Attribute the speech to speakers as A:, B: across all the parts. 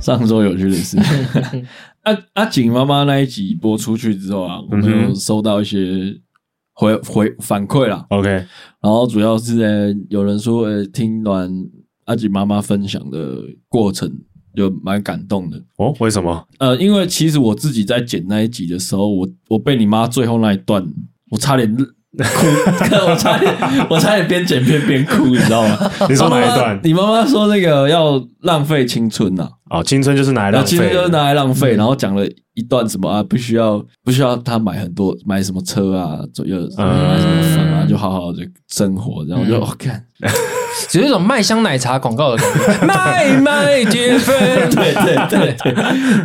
A: 上周有趣的事。阿阿啊景妈妈那一集播出去之后啊，我们
B: 嗯
A: 有
B: 哼
A: 收到一些回回反馈啦，
B: OK，
A: 然后主要是呃有人说呃听完阿景妈妈分享的过程，就蛮感动的。
B: 哦，为什么？
A: 呃，因为其实我自己在剪那一集的时候，我我被你妈最后那一段，我差点 哭，我差点我差点边剪片边哭，你知道吗？
B: 你说哪一
A: 妈妈
B: 段？
A: 你妈妈说那个要浪费青春啊呐、
B: 哦，青春就是拿来
A: 然
B: 浪
A: 后青
B: 费
A: 春就是
B: 的，
A: 拿来浪费，然后讲了一段什么啊，不需要不需要她买很多买什么车啊，左右买什么房啊，就好好的生活，然后我就哦
C: 嗯
A: 我看，
C: 只有一种麦香奶茶广告的感觉， 麦麦积分，
A: 对对对
C: 对，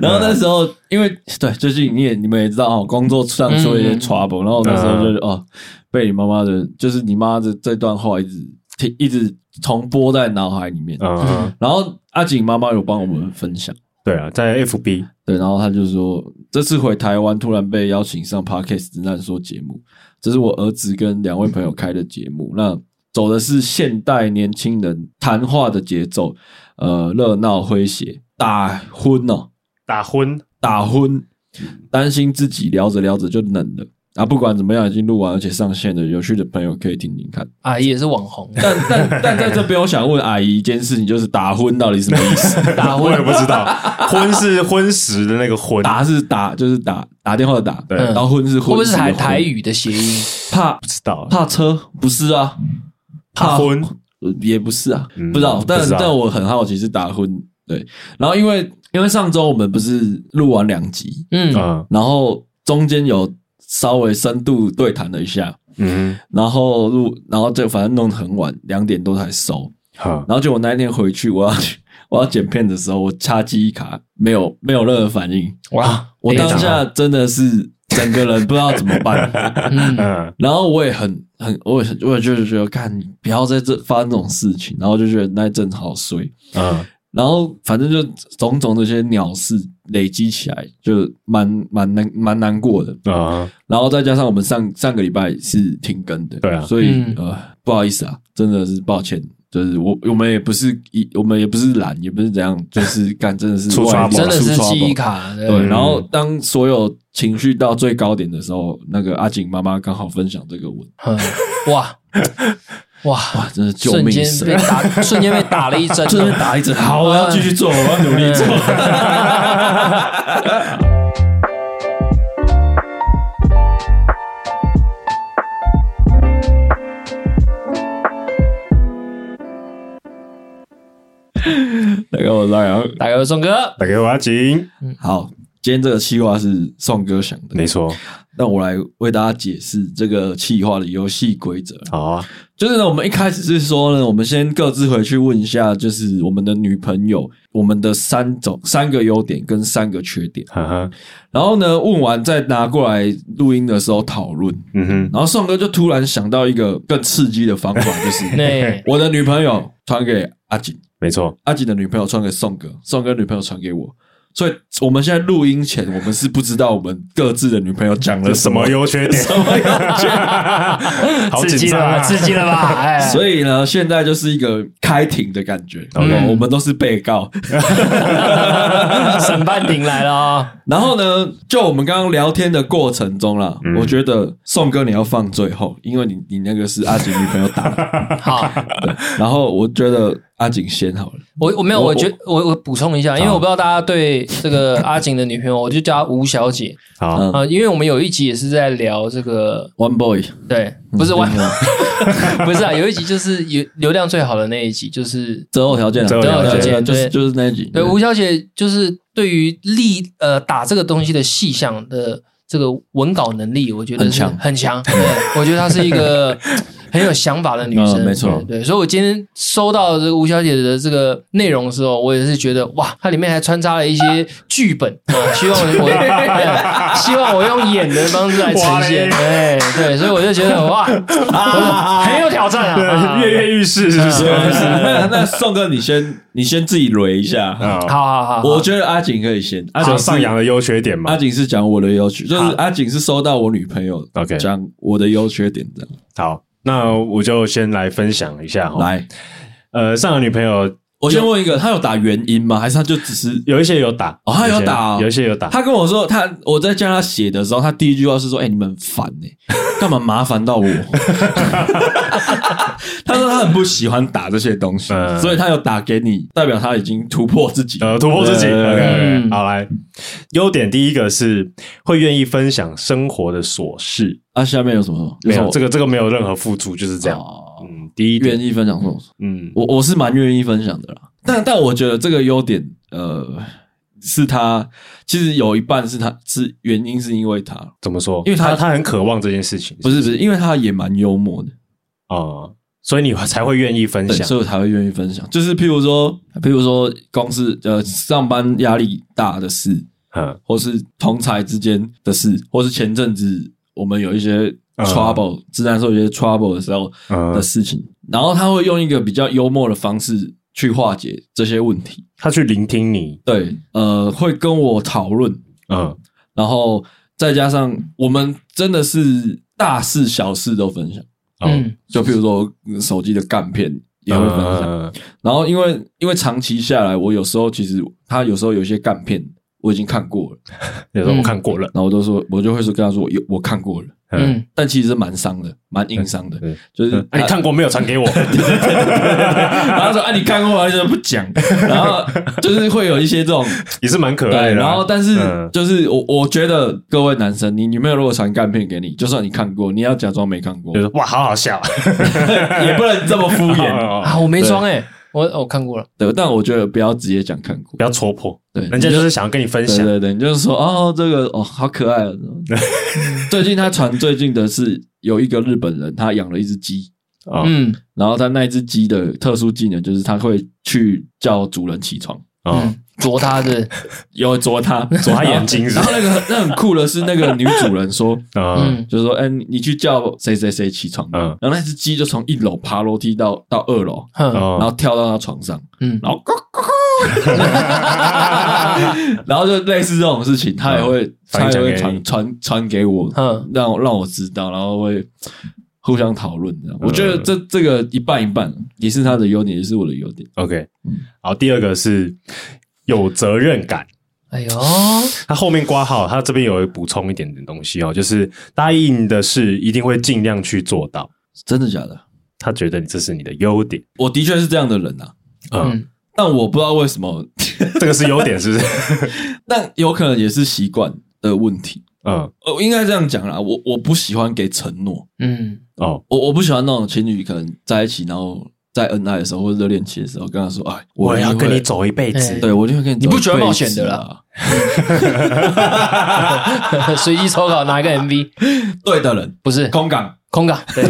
A: 然后那时候，因为对，最近你也你们也知道哦，工作上出了一些
C: 嗯
A: trouble，、然后那时候就是、哦，被你妈妈的，就是你妈的这段话一直听，一直重播在脑海里面。
B: 嗯，
A: 然后阿景妈妈有帮我们分享，
B: 对啊，在 FB
A: 对，然后她就说，这次回台湾突然被邀请上 Parkes 直男说节目，这是我儿子跟两位朋友开的节目，那走的是现代年轻人谈话的节奏，呃，热闹诙谐，打昏哦。
B: 打昏，
A: 打昏，
C: 嗯
A: 担心自己聊着聊着就冷了。啊，不管怎么样，已经录完而且上线了，有趣的朋友可以听听 看。
C: 阿啊姨也是网红，
A: 但 但但在这边，我想问阿姨一件事情，就是打昏到底什么意思？
C: 打
B: 我也
C: 昏
B: 不知道，昏是昏食的那个昏，
A: 打是打，就是打打电话的打，
B: 对
A: 然后昏是昏，
C: 会不会是台
A: 昏
C: 台？语的谐音？
A: 怕
B: 不知道
A: 怕车不是啊，怕
B: 昏，
A: 呃也不是啊，
B: 嗯
A: 不知道。但
B: 不知道
A: 但我很好奇是打昏对。然后因为因为上周我们不是录完两集，
C: 嗯，
B: 嗯
A: 然后中间有稍微深度对谈了一下，
B: 嗯，
A: 然后录，然后就反正弄得很晚，两点多才收。
B: 好，
A: 然后就我那一天回去，我要去 我要剪片的时候，我插记忆卡没有没有任何反应，
C: 哇，
A: 我
C: 非常
A: 当下真的是整个人不知道怎么办。
C: 嗯
B: 嗯，
A: 然后我也很很，我也很我也就是觉得，看你不要在这发生这种事情，然后就觉得那一阵好衰。
B: 嗯，
A: 然后反正就种种这些鸟事累积起来，就蛮蛮难蛮难过的。
B: 嗯，
A: 然后再加上我们上上个礼拜是停更的，
B: 对啊
A: 所以、
C: 嗯
A: 呃，不好意思啊，真的是抱歉，就是我我们也不是一，我们也不是懒，也不是怎样，就是干真的是
B: 出
A: 外力
B: trouble
C: 真的是
A: 出 trouble
C: 记忆卡，对
A: 对。
B: 嗯
A: 然后当所有情绪到最高点的时候，那个阿景妈妈刚好分享这个文，
C: 嗯 哇哇
A: 哇，，真的救
C: 瞬
A: 命
C: 间
A: 神
C: 被！打， 瞬间被打了一 针，啊
A: 真的打一针，好，我要继续做，我要努力做。 大哥，我是张扬。
C: 打给我宋 哥，
B: 打给我阿锦，
A: 好，今天这个企划是宋哥想的，
B: 没错，
A: 那我来为大家解释这个企划的游戏规则。
B: 好啊，
A: 就是呢，我们一开始是说呢，我们先各自回去问一下，就是我们的女朋友，我们的三种三个优点跟三个缺点，
B: 哈哈，
A: 然后呢，问完再拿过来录音的时候讨论。
B: 嗯哼，
A: 然后宋哥就突然想到一个更刺激的方法，就是
C: 那
A: 我的女朋友传给阿锦，
B: 没错，
A: 阿锦的女朋友传给宋哥，宋哥女朋友传给我。所以我们现在录音前，我们是不知道我们各自的女朋友讲了
B: 有
A: 什
B: 什
A: 么
B: 么。优缺点？ 好
C: 刺
B: 紧
C: 激
B: 张
C: 了吧，
B: 啊！
C: 刺激了吧， 哎，
A: 所以呢，现在就是一个开庭的感觉，
B: OK
A: 我们都是被告。
C: 审判庭来了 哦，
A: 然后呢，就我们刚刚聊天的过程中啦，我觉得宋哥你要放最后，因为你你那个是阿锦女朋友打的。
C: 好，
A: 然后我觉得阿锦先好了，
C: 我我没有，
A: 我
C: 我觉我我补充一下，因为我不知道大家对这个阿景的女朋友，我就叫她吴小姐
B: 好，
A: 嗯
C: 啊、因为我们有一集也是在聊这个，
A: ，One Boy
C: 对，不是
A: 嗯
C: 万， 不是啊，有一集就是有流量最好的那一集，就是
A: 择偶条件啊，
B: 择偶条件
A: 对就是
C: 对
A: 就是那一集，
C: 对吴小姐，就是对于力呃打这个东西的细项的这个文稿能力，我觉得
A: 很
C: 是
A: 强
C: 很强，对，我觉得她是 一个很有想法的女生，
A: 嗯没错
C: 对，对所以我今天收到这个吴小姐的这个内容的时候，我也是觉得哇，它里面还穿插了一些剧本啊、希望我 哎希望我用演的方式来呈现，
B: 哇
C: 哎，对，所以我就觉 得哇，很有挑战
B: 对
C: 啊，啊
B: 跃跃欲试是不是
A: 对，？ 那那宋哥你先你先自己捋一下，
B: 啊，
C: 嗯好好好，好
A: 我觉得阿锦可以先，阿
B: 就
A: 锦是
B: 上扬的优缺点嘛
A: 阿。锦是讲我的优缺，就
C: 好
A: 是阿锦是收到我女朋友
B: OK
A: 讲我的优缺点这样，
B: 好，那我就先来分享一下哈。
A: 来，
B: 呃，上个女朋友
A: 我先问一个，他有打原因吗？还是他就只是
B: 有一些有打，
A: 哦他有打哦
B: 有一些有打，
A: 他跟我说，他我在叫他写的时候，他第一句话是说：“哎、你们很烦呢、 干嘛麻烦到我？” 他说他很不喜欢打这些东西，
B: 嗯
A: 所以他有打给你，代表他已经突破自己。
B: 呃，突破自己。
A: 对
B: OK，
C: 嗯
B: 好来，优点第一个是会愿意分享生活的琐事，
A: 啊，下面有什么？
B: 没有
A: 什么
B: 这个这个没有任何付出，就是这样。
A: 哦
B: 嗯，第一
A: 愿
B: 点，
A: 意分享这种，
B: 嗯，
A: 我我是蛮愿意分享的啦。但但我觉得这个优点，呃，是他其实有一半是他是原因是因为他，
B: 怎么说？
A: 因为他
B: 他他很渴望这件事情，
A: 不是不是，因为他也蛮幽默的。
B: 啊，所以你才会愿意分
A: 对，
B: 享。
A: 所以我才会愿意分享。就是譬如说，譬如说公司呃上班压力大的事，
B: 嗯
A: 或是同才之间的事，或是前阵子我们有一些
B: 嗯
A: trouble，、自然说有一些 trouble 的时候的
B: 嗯，
A: 事情，然后他会用一个比较幽默的方式去化解这些问题。
B: 他去聆听你，
A: 对，呃，会跟我讨论，
B: 嗯
A: 然后再加上我们真的是大事小事都分享，
B: 嗯，
C: 嗯，
A: 就譬如说嗯手机的干片也会分享。
B: 嗯
A: 然后因为因为长期下来，我有时候其实他有时候有一些干片我已经看过了，
B: 有
A: 嗯
B: 时候我看过了，
A: 然后我都说我就会说跟他说我有我看过了，
B: 嗯，
C: 嗯，
A: 但其实蛮伤的，蛮硬伤的，
B: 嗯
A: 就是
B: 嗯啊，你看过没有？传 给我。
A: 然后说啊你看过吗？就是不讲，然后就是会有一些这种
B: 也是蛮可爱
A: 对，
B: 的啊。
A: 然后但是
B: 嗯
A: 就是我我觉得各位男生，你女朋友如果传干片给你，就算你看过，你要假装没看过
B: 就，是哇，好好笑，
A: 也不能这么敷衍。
C: 啊，
B: 哦
C: 我没装哎，我我看过了，
A: 对，但我觉得不要直接讲看过
B: 不，要戳破，
A: 对，
B: 人家就是想要跟你分
A: 对
B: 享。
A: 对对，你就是说哦，这个哦，好可 爱、哦。最近他传最近的是有一个日本人，他养了一只鸡，
B: 啊
C: 嗯
A: 然后他那一只鸡的特殊技能就是他会去叫主人起床，
B: 啊，
C: 嗯，啄他的，
A: 有啄 他，
B: 左他眼睛是
A: 然后那个那很酷的是，那个女主人说，
B: 啊，
C: 嗯
A: 就是说，哎，你你去叫谁谁谁起床，
B: 嗯
A: 然后那只鸡就从一楼爬楼梯到到二楼，
C: 哼，
A: 然后
B: 哦，
A: 跳到他床上，
C: 嗯，
A: 然后咕咕咕， 然后就类似这种事情，他也会
B: 反
A: 他
B: 映
A: 也
B: 讲嗯给
A: 会
B: 你
A: 传传传给我，
C: 嗯
A: 让我让我知道，然后会互相讨论这样。我觉得
B: 嗯
A: 这这个一半一半，也是他的优点，也是我的优点。
B: OK。好，
A: 嗯
B: 第二个是有责任感。
C: 哎呦，
B: 他后面挂号，他这边有补充一点点东西哦，就是答应的事一定会尽量去做到。
A: 真的假的？
B: 他觉得这是你的优点，
A: 我的确是这样的人啊，
B: 嗯，
C: 嗯
A: 但我不知道为什么，
B: 这个是优点，是不是？
A: 但有可能也是习惯的问题。
B: 嗯，
A: 呃，应该这样讲啦，我我不喜欢给承诺，
C: 嗯
B: 哦，
A: 我我不喜欢那种情侣可能在一起，然后在恩爱的时候或者热恋期的时候，跟他说：“哎，
B: 我
A: 一定
B: 要
A: 会
B: 跟你走一辈
C: 哎
B: 子。
A: 对，我就会跟你
C: 你
A: 走
C: 不
A: 一
C: 喜欢
A: 辈
C: 冒
A: 子
C: 险的啦
A: 啊，
C: 嗯 随机抽考拿一个 MV，
A: 对的人，
C: 不是
A: 空港。
C: 空港， 对，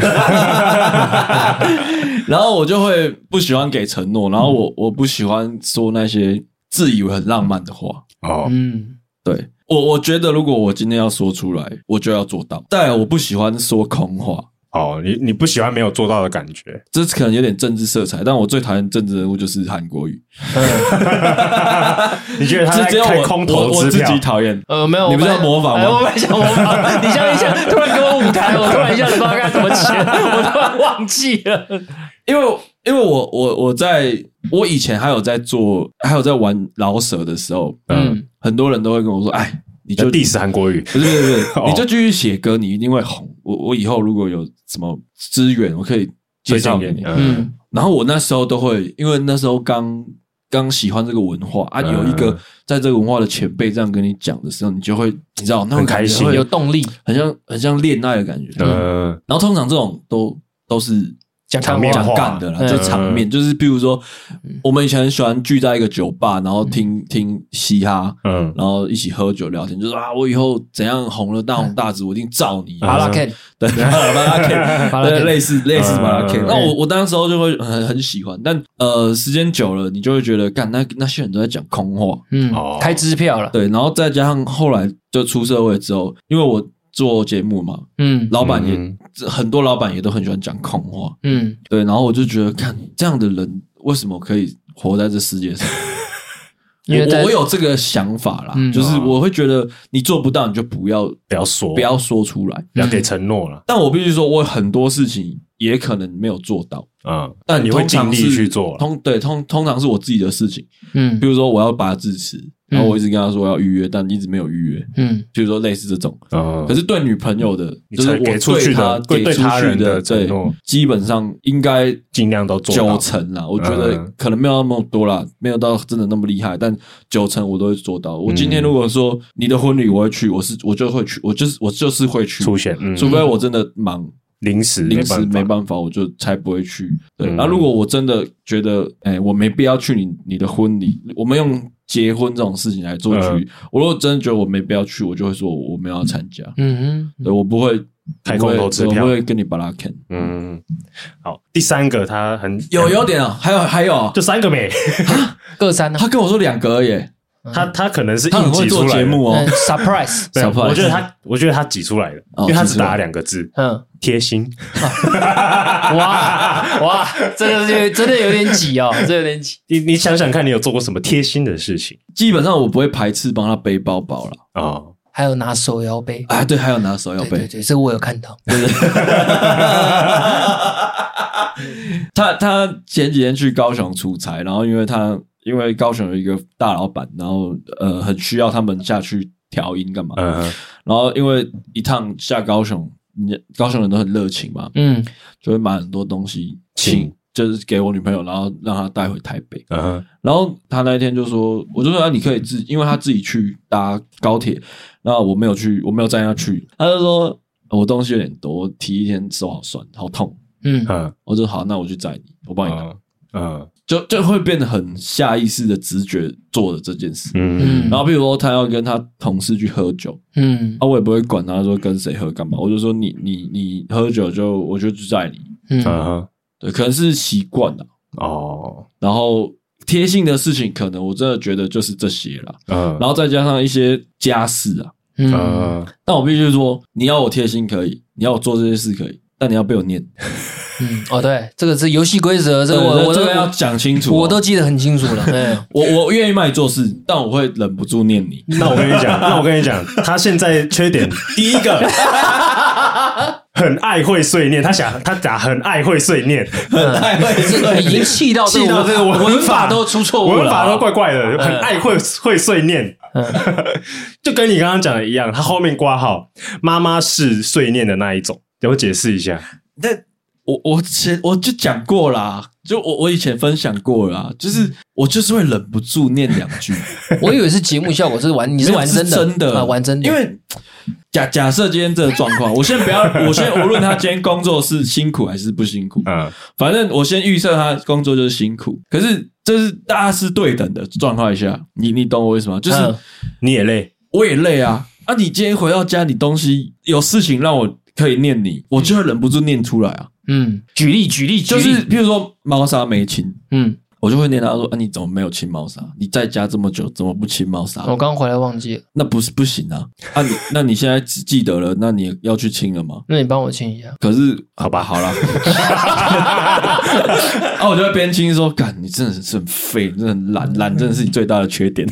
A: 然后我就会不喜欢给承诺，然后我我不喜欢说那些自以为很浪漫的话。
B: 哦，
C: 嗯
A: 对我，我觉得如果我今天要说出来，我就要做到。但我不喜欢说空话，
B: 哦，你你不喜欢没有做到的感觉，
A: 这可能有点政治色彩，但我最讨厌政治人物就是韩国瑜，
C: 嗯，
B: 你觉得他
A: 这
B: 在
A: 只有
B: 开
A: 我
B: 空
A: 我
B: 头
A: 我
B: 支
A: 自
B: 票
A: 己？讨厌。
C: 呃，没有，
A: 你
C: 我
A: 不是要
C: 本来
A: 模仿吗
C: 哎我本来想模仿， 你像一下，突然给我舞 台，我突然一下子不知道该怎么切，我突然忘记了，
A: 因为因为我我我在我以前还有在做，还有在玩老舍的时候，嗯
C: 嗯，
A: 很多人都会跟我说，哎，你就
B: 就 diss 韩国语
A: 不是不是不
B: 哦
A: 是，你就继续写歌，你一定会红。我我以后如果有什么资源，我可以介
B: 推
A: 绍
B: 荐
A: 给
B: 给
A: 你
B: 你。。
C: 嗯
B: 嗯，
A: 然后我那时候都会，因为那时候刚刚喜欢这个文化啊，
B: 嗯
A: 有一个在这个文化的前辈这样跟你讲的时候，你就会你知道那种
B: 很
A: 感
B: 开
A: 觉
B: 心
A: 会
C: 有动力，
A: 很像很像恋爱的感觉。
B: 呃，
A: 然后通常这种都都是
C: 讲
B: 场面
A: 讲
B: 话嗯
A: 干的啦，
C: 嗯
A: 这场面就是比如说，我们以前很喜欢聚在一个酒吧，然后听听嘻哈，
B: 嗯，
A: 然后一起喝酒聊天，就说啊，我以后怎样红了大红大紫，我一定罩你。
C: 巴
B: 嗯
C: 拉 Ken，
A: 对，巴拉 K，
C: 巴拉 Ken
A: 对，类似类似
B: 嗯
A: 巴拉 K。
B: 嗯
A: 那我我当时候就会很很喜欢，但呃，时间久了，你就会觉得，干那那些人都在讲空话，
C: 嗯
B: 哦，
C: 开支票了，
A: 对，然后再加上后来就出社会之后，因为我做节目嘛，
C: 嗯
A: 老板也、
B: 嗯
A: 很多老板也都很喜欢讲空话，
C: 嗯，
A: 对，然后我就觉得，看这样的人为什么可以活在这世界上？
C: 因为
A: 我
C: 在
A: 我我有这个想法啦，
C: 嗯
B: 啊
A: 就是我会觉得你做不到，你就不要
B: 不要说，
A: 不要说出来。
B: 不要给承诺了。
A: 但我必须说，我很多事情也可能没有做到，
B: 嗯，
A: 但
B: 你会
A: 通
B: 尽
A: 常
B: 力
A: 是
B: 去做了，
A: 通对通通常是我自己的事情，
C: 嗯
A: 比如说我要拔智齿，然后我一直跟他说我要预约，但一直没有预约，
C: 嗯
A: 比如说类似这种。
B: 嗯
A: 可，是对女朋友的，
B: 你
A: 就是
B: 才
A: 我
B: 给出去
A: 对她
B: 的对
A: 给
B: 对
A: 出
B: 他
A: 去
B: 人的承
A: 对
B: 诺，
A: 基本上应该
B: 尽量都做
A: 九
B: 到。
A: 成啦，我觉得
B: 嗯
A: 可能没有那么多啦，没有到真的那么厉害，但九成我都会做到。我
B: 嗯
A: 今天如果说你的婚礼我会去，我是我就会去，我就是我就是会去，
B: 出现，嗯，
A: 除非我真的忙，
B: 临时
A: 临时没
B: 法，
A: 办法，我就才不会去。对，
B: 嗯
A: 那、如果我真的觉得，哎、我没必要去你你的婚礼，我们用结婚这种事情来做区
B: 嗯
A: 域。我如果真的觉得我没必要去，我就会说我没有要参加，
C: 嗯哼，
A: 对我不会
B: 开空头支
A: 我不会
B: 票
A: 我不会跟你把拉啃。
B: 嗯，好，第三个他很
A: 有优点啊，还有还有啊，
B: 就三个没，
C: 各三呢
A: 他跟我说两个耶，
B: 他他可能是
A: 他
B: 硬
A: 很会
B: 挤出
A: 做
B: 来的
A: 节目哦
C: 嗯。，surprise，
B: 对，
A: surprise
B: 我觉得他我觉得他挤出来的，
A: 哦
B: 因为他
A: 挤
B: 只
A: 出来
B: 打了两个字
C: 嗯，
B: 贴心，
C: 哇哇，这个是真的有点挤哦，这有点挤，
B: 你你想想看，你有做过什么贴心的事情
A: 基本上我不会排斥帮他背包包了。
B: 啊？
C: 还有拿手摇杯，
A: 啊，对，还有拿手摇
C: 对
A: 杯
C: 对，对，这个我有看到，
A: 他他前几天去高雄出差，然后因为他因为高雄有一个大老板，然后呃很需要他们下去调音干嘛，
B: 嗯
A: 然后因为一趟下高雄，人家高雄人都很热情嘛，
C: 嗯
A: 就会买很多东西
B: 请
A: 请。就是给我女朋友，然后让她带回台北。
B: 嗯，
A: 然后她那一天就说：“我就说啊，你可以自，因为她自己去搭高铁，那我没有去，我没有载她去。”她就说：“我东西有点多，我提一天手好酸，好痛。”
C: 嗯
B: 嗯
A: 我就好，那我去载你，我帮你拿，
B: 嗯嗯
A: 就就会变得很下意识的直觉做的这件事。
B: 嗯
C: 嗯
A: 然后，比如说他要跟他同事去喝酒，
C: 嗯
A: 啊，我也不会管他说跟谁喝干嘛，我就说你你你喝酒就我就去载你，
C: 嗯
B: 嗯
A: 对，可能是习惯了。
B: 哦
A: 然后贴心的事情，可能我真的觉得就是这些啦，
B: 嗯，
A: 然后再加上一些家事啊。
C: 嗯，
B: 嗯
A: 但我必须说，你要我贴心可以，你要我做这些事可以，但你要被我念，
C: 嗯，哦，对，这个是游戏规则，这个
A: 对
C: 我我
A: 这
C: 都
A: 个要讲清楚哦、
C: 我都记得很清楚了，哎，
A: 我我愿意帮你做事，但我会忍不住念 你。
B: 那我跟你讲，那我跟你讲，他现在缺点第一 个，很爱会碎念。他想，他打很爱会碎念，
C: 这嗯已经气到
B: 气到这个文
C: 文
B: 法
C: 法都出错误了，嗯
B: 文法都怪怪的，很爱会会碎念。就跟你刚刚讲的一样，他后面挂号妈妈是碎念的那一种，给我解释一下。
A: 但我我前我就讲过啦，就我我以前分享过啦，就是
C: 嗯
A: 我就是会忍不住念两句，
C: 我以为是节目效果，这是 玩你是玩真
A: 真
C: 的，
A: 真的
C: 啊，玩真的，
A: 因为。假假设今天这个状况，我先不要，我先无论他今天工作是辛苦还是不辛 苦，
B: 嗯
A: 反正我先预设他工作就是辛苦。可是这是大家是对等的状况下，你你懂我意思吗？就是
C: 嗯
B: 你也累，
A: 我也累啊。啊，你今天回到家，你东西有事情让我可以念你，我就会忍不住念出来啊。
C: 嗯，举例举例，
A: 就
C: 举
A: 是
C: 例
A: 譬如说猫砂没清，
C: 嗯，
A: 我就会念他说：“啊，你怎么没有清猫砂？你在家这么久，怎么不清猫砂？
C: 我刚回来忘记了，
A: 那不是不行啊！啊你，那你现在只记得了，那你要去清了吗？
C: 那你帮我清一下，
A: 可是，
B: 好吧，
A: 好啦， 啊，我就会边清说：‘干，你真的是很废，你真的很懒，懒真的是你最大的缺 点。’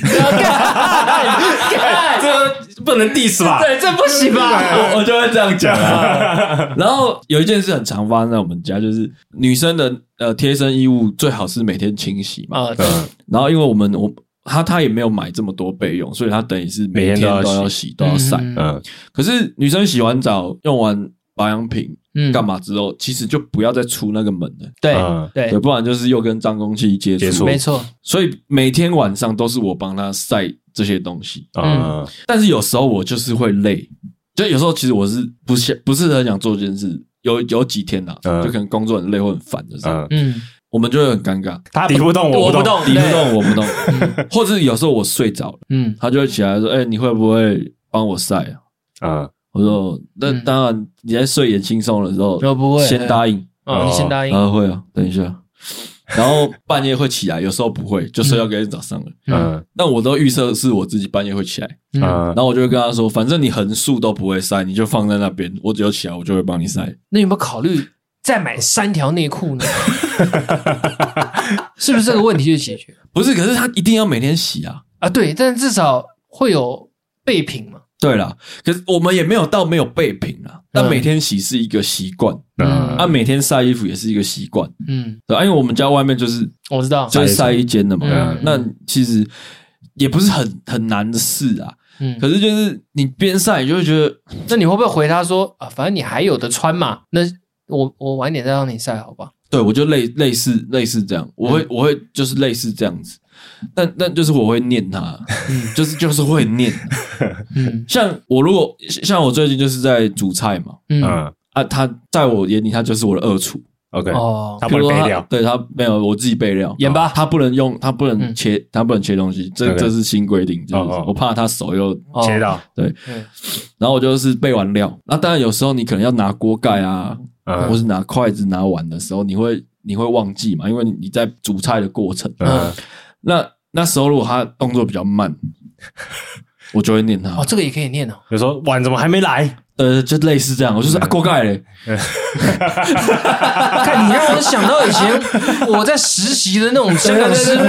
B: 这不能 diss 吧？
C: 对，这不行吧？
A: 我我就会这样讲、 啊。然后有一件事很常发生在我们家，就是女生的呃贴身衣物最好是每天清洗嘛。
C: 啊，
B: 嗯
A: 然后因为我们我她她也没有买这么多备用，所以她等于是每
B: 每天
A: 天
B: 都
A: 都
B: 要
A: 要洗都要晒。
C: 嗯
B: 嗯
A: 可是女生洗完澡用完保养品
C: 嗯
A: 干？嘛之后，其实就不要再出那个门了。
C: 对
B: 嗯
A: 对，
C: 对，
A: 不然就是又跟脏空气接
B: 接
A: 触
B: 触，
C: 哎没错，
A: 所以每天晚上都是我帮她晒这些东西。
B: 嗯
A: 但是有时候我就是会累，就有时候其实我是不想不是很想做这件事，有有几天呐、
B: 嗯
A: 就可能工作很累或很烦的时候，
B: 嗯，
C: 嗯，
A: 我们就会很尴尬，
B: 他敌不动，我
C: 不
B: 不动。
C: 动，
A: 你不
C: 对，
A: 动我不动，或者有时候我睡着了，
C: 嗯
A: 他就会起来说：“哎、你会不会帮我晒啊
B: 嗯，？”
A: 我说：“那
C: 嗯
A: 当然，你在睡眼惺忪的时候，
C: 我不会
A: 先答应。
C: 哦，你先答”应
A: 然，后会啊，等一下。然后半夜会起来，有时候不会，就睡到隔天早上了。
C: 嗯
B: 嗯
A: 但我都预设是我自己半夜会起来，
C: 嗯，
B: 嗯
A: 然，后我就会跟他说，反正你横竖都不会晒，你就放在那边，我只要起来我就会帮你晒。
C: 那有没有考虑再买三条内裤呢？ 是不是这个问题就解决
A: 不是，可是他一定要每天洗啊。
C: 啊？对，但至少会有备品嘛，
A: 对啦，可是我们也没有到没有备品啦。但
C: 嗯
A: 每天洗是一个习惯，
C: 嗯
A: 啊，每天晒衣服也是一个习惯，
C: 嗯，
A: 对啊，因为我们家外面就是
C: 我知道，
A: 就是晒衣间的
B: 嗯
A: 嘛
C: 对啊，
A: 那其实也不是很很难的事啊。
C: 嗯，
A: 可是就是你边晒，你就会觉得
C: 那你会不会回他说啊，反正你还有的穿嘛，那我我晚一点再让你晒，好吧？
A: 对，我就类类似类似这样，我
B: 嗯
A: 会、我会就是类似这样子，但但就是我会念他，就是就是会 念。
C: 嗯
A: 像我如果像我最近就是在煮菜嘛，
C: 嗯，
B: 嗯
A: 啊，他在我眼里他就是我的二厨，
B: ，OK，
C: 哦，
B: 他
A: 比
B: 不
A: 如
B: 能
A: 说
B: 备
A: 他
B: 料，
A: 对他没有我自己备料，
C: 盐巴
A: 他不能用，他不能
C: 嗯
A: 切，他不能切东西，这
B: OK
A: 这是新规定，就是
B: 哦哦
A: 我怕他手又，
C: 哦
B: 切到，
C: 嗯
A: 然后我就是备完料，那当然有时候你可能要拿锅盖啊，或
B: 嗯
A: 是拿筷子拿碗的时候，你会你会忘记嘛，因为你你在煮菜的过程，
B: 嗯
A: 那那时候如果他动作比较 慢，我就会念他。
C: 哦，这个也可以念哦，
B: 就说碗怎么还没来？
A: 呃，就类似这样，我
B: 嗯
A: 就说啊，锅盖嘞，
C: 看你让我想到以前我在实习的那种香港 师傅，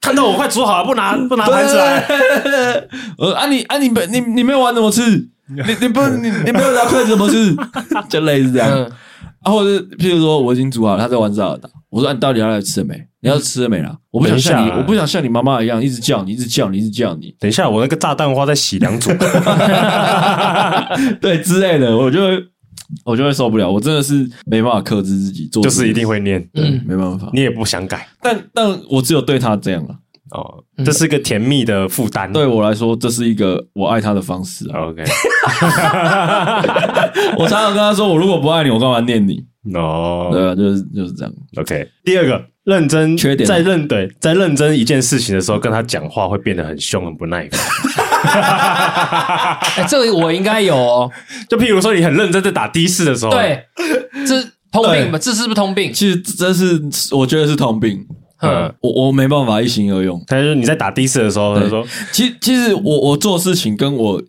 B: 看到我快煮好了，不拿不拿啊盘子来，
A: 呃，啊你啊你没你你没有碗怎么吃？你你不你你没有拿筷子怎么吃？ 就类似这样。
C: 嗯
A: 啊，或者是譬如说我已经煮好了，他在玩沙尔达，我说、啊、你到底要来吃了没？你要吃了没啦？我不想像你，
B: 等一下啊
A: 我不想像你妈妈一样一直叫你，一直叫你，一直叫你，
B: 等一下我那个炸蛋花再洗两组，
A: 对之类的，我就会我就会受不了，我真的是没办法克制自己做
B: 就
A: 这件事，
B: 是一定会念，
A: 对，
C: 嗯
A: 没办法。
B: 你也不想改
A: 但但我只有对他这样了。
B: 哦
C: 嗯，
B: 这是一个甜蜜的负担。
A: 对我来说，这是一个我爱他的方式啊。
B: ，OK，
A: 我常常跟他说，我如果不爱你，我干嘛念你？
B: 哦
A: 对啊，就是就是这样。
B: ，OK。第二个，认真
A: 缺点
B: 在认对，在认真一件事情的时候，跟他讲话会变得很凶、很不耐烦。
C: 哎，这个我应该有哦，
B: 就譬如说，你很认真在打的士的时候，， 啊
C: 对，这通病吧，这是不是通病？
A: 其实这是我觉得是通病，
C: 嗯
B: 嗯，
A: 我我没办法一心二用。
B: 他就说你在打的士的时候，他就说
A: 其实其实我我做事情跟我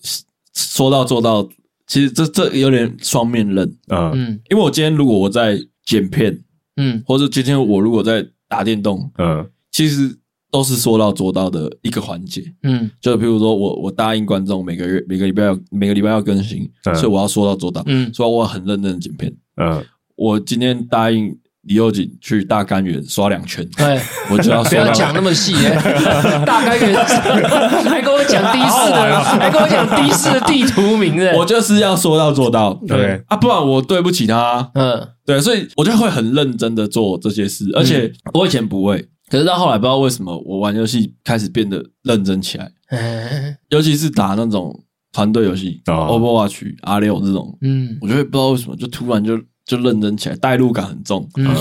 A: 说到做到，其实这这有点双面刃。
B: 嗯
C: 嗯
A: 因为我今天如果我在剪片，
C: 嗯
A: 或者今天我如果在打电动，
B: 嗯
A: 其实都是说到做到的一个环节。
C: 嗯
A: 就比如说我我答应观众每个月每个礼拜要每个礼拜要更新，
B: 嗯
A: 所以我要说到做到，
C: 嗯
A: 所以我很认真的剪片。
B: 嗯，
A: 我今天答应李幼锦去大甘源刷两 圈，
C: 哎，
A: 我就要
C: 不
A: 说
C: 要
A: 到
C: 讲那么细 耶，大概原则，还跟我讲的士 的，还跟我讲的士的地图名哎的，
A: 啊我就是要说到做到，
B: 对
A: 啊，不然我对不起他。啊
C: 嗯
A: 对，所以我就会很认真的做这些事，而且我以前不会，可是到后来不知道为什么，我玩游戏开始变得认真起来，
C: 哎
A: 尤其是打那种团队游戏、
B: 哦
A: Overwatch、R 六这种，
C: 嗯
A: 我就会不知道为什么就突然就就认真起来，代入感很重。
C: 嗯，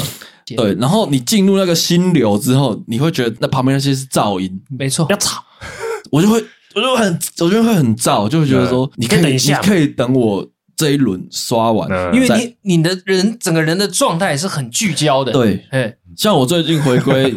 A: 对，然后你进入那个心流之后，你会觉得那旁边那些是噪音，
C: 没错
B: 不，要吵，
A: 我就会，我就会很，我就会很燥，就会觉得说，你可以
B: 可以等一下
A: 你可以等我这一轮刷完，
B: 嗯
C: 因为
A: 在
C: 你你的人整个人的状态是很聚焦的，，
A: 对。
C: 哎，
A: 像我最近回归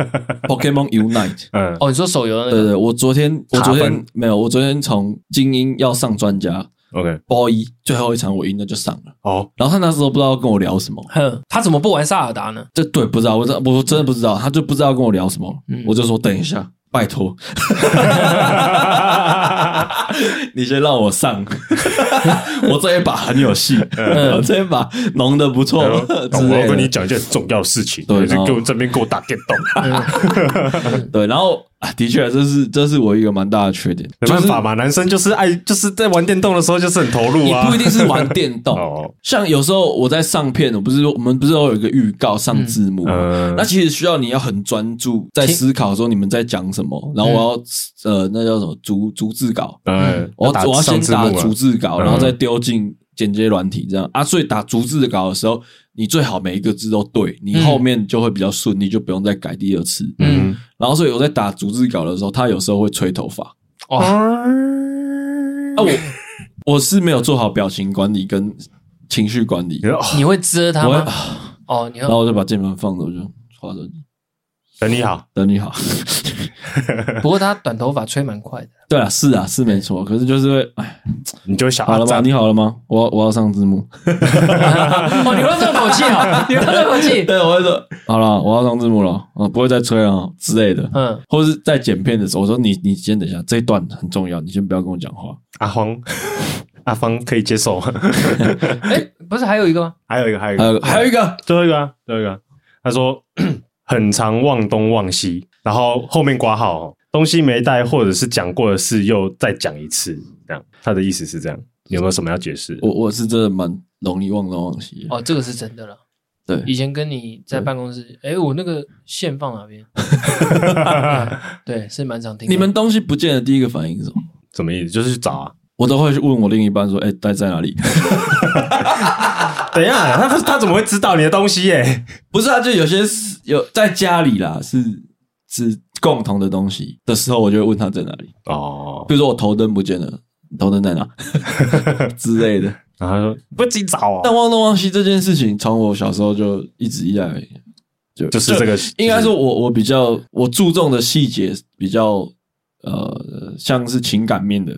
A: Pokemon Unite，
B: 嗯
C: 哦，你说手游那
A: 对
C: 个，
A: 对，我昨天我昨
B: 卡
A: 天
B: 分
A: 没有，我昨天从精英要上专家
B: ，OK，
A: 包一最后一场我赢了就上了，
B: 哦，
A: 然后他那时候不知道跟我聊什么，
C: 哼，他怎么不玩萨尔达呢？
A: 这对不知道，我真我真的不知道，他就不知道跟我聊什么，
C: 嗯
A: 我就说等一下，拜托， 你先让我 上， 我这一把很有戏， 我这一把弄得不错
B: 然后
A: 哦 之
B: 嗯啊哦我
A: 类
B: 要
A: 的
B: 跟你讲一件很重要的事情，
A: 对哦
B: 你
A: 然后
B: 给我这边给我打电 动，
A: 对，然后啊，的确，这是这是我一个蛮大的缺点，
B: 没办法嘛，男生就是爱，就是在玩电动的时候就是很投入
A: 也
B: 啊，
A: 不一定是玩电动。
B: 哦，
A: 像有时候我在上片，我不是我们不是都有一个预告上字幕吗，
B: 嗯
A: 那其实需要你要很专注在思考说你们在讲什么，然后我要、呃那叫什么逐逐字稿，
B: 嗯，
A: 我要我要先打逐
B: 主
A: 字稿，
B: 嗯
A: 然后再丢进剪接软体这样啊。所以打逐字稿的时候，你最好每一个字都对，你
C: 嗯
A: 后面就会比较顺利，就不用再改第二次。
C: 嗯，
A: 然后所以我在打逐字稿的时候，他有时候会吹头发。
C: 哇，
A: 啊，我我是没有做好表情管理跟情绪管理
B: 你，说哦
C: 你会遮他
A: 我会
C: 吗？
A: 啊
C: 哦，你
A: 然后
C: 要
A: 我就把键盘放着，我就划手机。
B: 等哎你好，
A: 等你好。
C: 不过他短头发吹蛮快的，
A: 对啊，是啊，是没错，可是就是会，哎，
B: 你就会想
A: 好了吗？
B: 啊
A: 你好了吗？我要我要上字幕。
C: 哦，你用这口气啊， 你用这口气，
A: 对，我会说好了，我要上字幕了，啊，不会再吹了哦之类的，
C: 嗯，
A: 或是在剪片的时候，我说你你先等一下，这一段很重要，你先不要跟我讲话。
B: 阿荒， 阿芳可以接受 吗？
C: 哎，不是还有一个吗？
B: 还有一个，还有
A: 还
B: 一个，
A: 有还有一个，
B: 最后一个啊，最后一个啊、他说 很常忘东忘西，然后后面挂号、哦，东西没带或者是讲过的事又再讲一次，这样他的意思是这样。你有没有什么要解释？
A: 我我是真的蛮容易忘东忘西的。
C: 哦，这个是真的了。
A: 对，
C: 以前跟你在办公室，哎，我那个线放哪边？对，是蛮常听到。
A: 你们东西不见的第一个反应是什么？
B: 什么意思？就是去找啊。
A: 我都会去问我另一半说：“哎、待在哪里
B: 等一下，他不他怎么会知道你的东西耶、？”
A: 不是啊，就有些是有在家里啦，是是共同的东西的时候，我就会问他在哪里。
B: 哦，
A: 比如说我头灯不见了，头灯在 哪之类的。
B: 然后他说不自己找啊、
A: 但忘东忘西这件事情，从我小时候就一直以来就
B: 就是这个，
A: 应该说我，我比较我注重的细节比较呃，像是情感面的，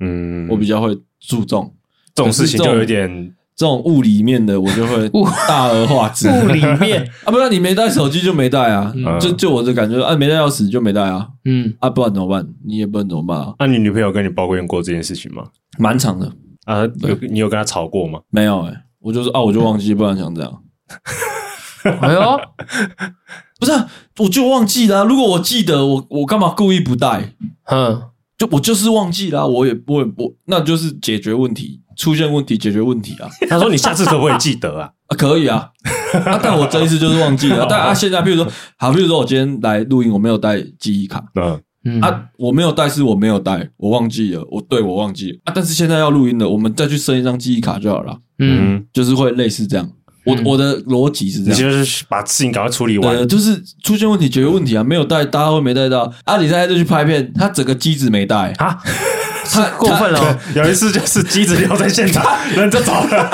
B: 嗯，
A: 我比较会注重
B: 这种事情
A: 可是这
B: 就
A: 种
B: 有点
A: 这种物理面的，我就会大而化之。
C: 物理面，
A: 啊，不然你没带手机就没带啊，
B: 嗯
A: 就就我的感觉啊，没带钥匙就没带啊，
C: 嗯，
A: 啊，不然怎么办？你也不能怎么办啊，
B: 那、你女朋友跟你抱怨过这件事情吗？
A: 蛮长的，
B: 啊，有你有跟她吵过 吗？
A: 没有哎、我就是啊，我就忘记，不然想这样，
C: 哎呦，
A: 不是、啊，我就忘记了啊、如果我记得，我我干嘛故意不带？
C: 嗯，
A: 就我就是忘记啦、我也我也我那就是解决问题，出现问题解决问题啊，
B: 她说你下次可不可以记得啊？
A: 啊可以啊，啊但我这一次就是忘 记了，但啊现在譬如说，好，譬如说我今天来录音，我没有带记忆卡，
B: 嗯，
C: 嗯
A: 啊，我没有带是我没有带，我忘记了，我对我忘记了啊。但是现在要录音了，我们再去升一张记忆卡就好了啦，
C: 嗯，
A: 就是会类似这样。我、
C: 嗯
A: 我的逻辑是这样。
B: 你就是把事情赶快处理完
A: 呃，，就是出现问题解决问题啊，没有带，大家会没带到啊。你现在就去拍片，他整个机子没 带
B: 啊，
A: 他
C: 过分了哦，
B: 有一次就是机子撂在现场，人就走了，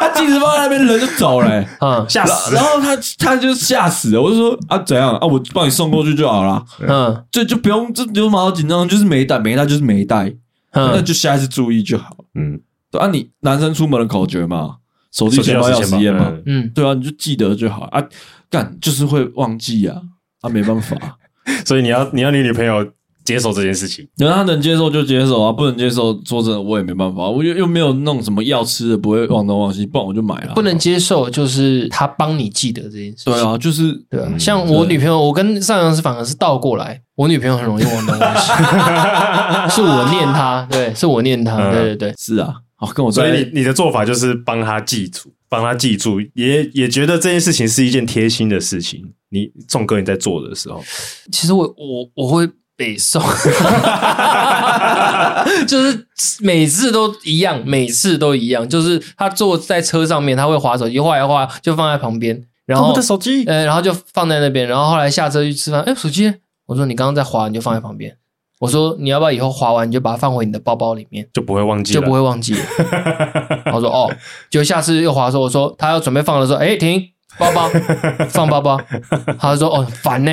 A: 他机子放在那边，人就走了、欸
C: 嗯
B: 吓
A: 然后
B: 死
A: 然
B: 了。
A: 后他他就吓死了，我就说啊怎样啊，我帮你送过去就好了，
C: 嗯
A: 这就不用这有什么好紧张的，就是没带，没带就是没带，那
C: 嗯，
A: 就下一次注意就好。
B: 嗯，
A: 对啊，你男生出门的口诀嘛，手机、
B: 手机
A: 钱包、
B: 钥
A: 钥
B: 匙
A: 匙、验嘛，
B: 嗯
C: 嗯，
A: 对啊，你就记得就好啊。干就是会忘记啊，啊没办法，
B: 所以你要你要你女朋友接受这件事情，
A: 能他能接受就接受啊，不能接受，说真的我也没办法，我又又没有弄什么要吃的，不会忘东忘西，不然我就买了。
C: 不能接受就是他帮你记得这件事情。
A: 对啊，就是
C: 对啊，
B: 嗯
C: 像我女朋友，我跟上阳是反而是倒过来，我女朋友很容易忘东忘西，是我念她，对，是我念她，
B: 嗯
C: 对对对，
A: 是啊，好跟我
B: 所以
A: 在
B: 你你的做法就是帮她记住，帮她记住，也也觉得这件事情是一件贴心的事情。你宋哥你在做的时候，
C: 其实我我我会 北宋， 就是每次都一样，每次都一样，就是他坐在车上面，他会划手机，划一划就放在旁边，然后
B: 我的手机，
C: 呃，然后就放在那边，然后后来下车去吃饭，哎，手机呢，我说你刚刚在划，你就放在旁边，我说你要不要以后划完你就把它放回你的包包里面。
B: 就不会忘记
C: 就
B: 了，
C: 不会忘记了。我说哦，就下次又滑的时候，我说他要准备放的时候，哎、停，包 包放包包。他就说哦，烦呢、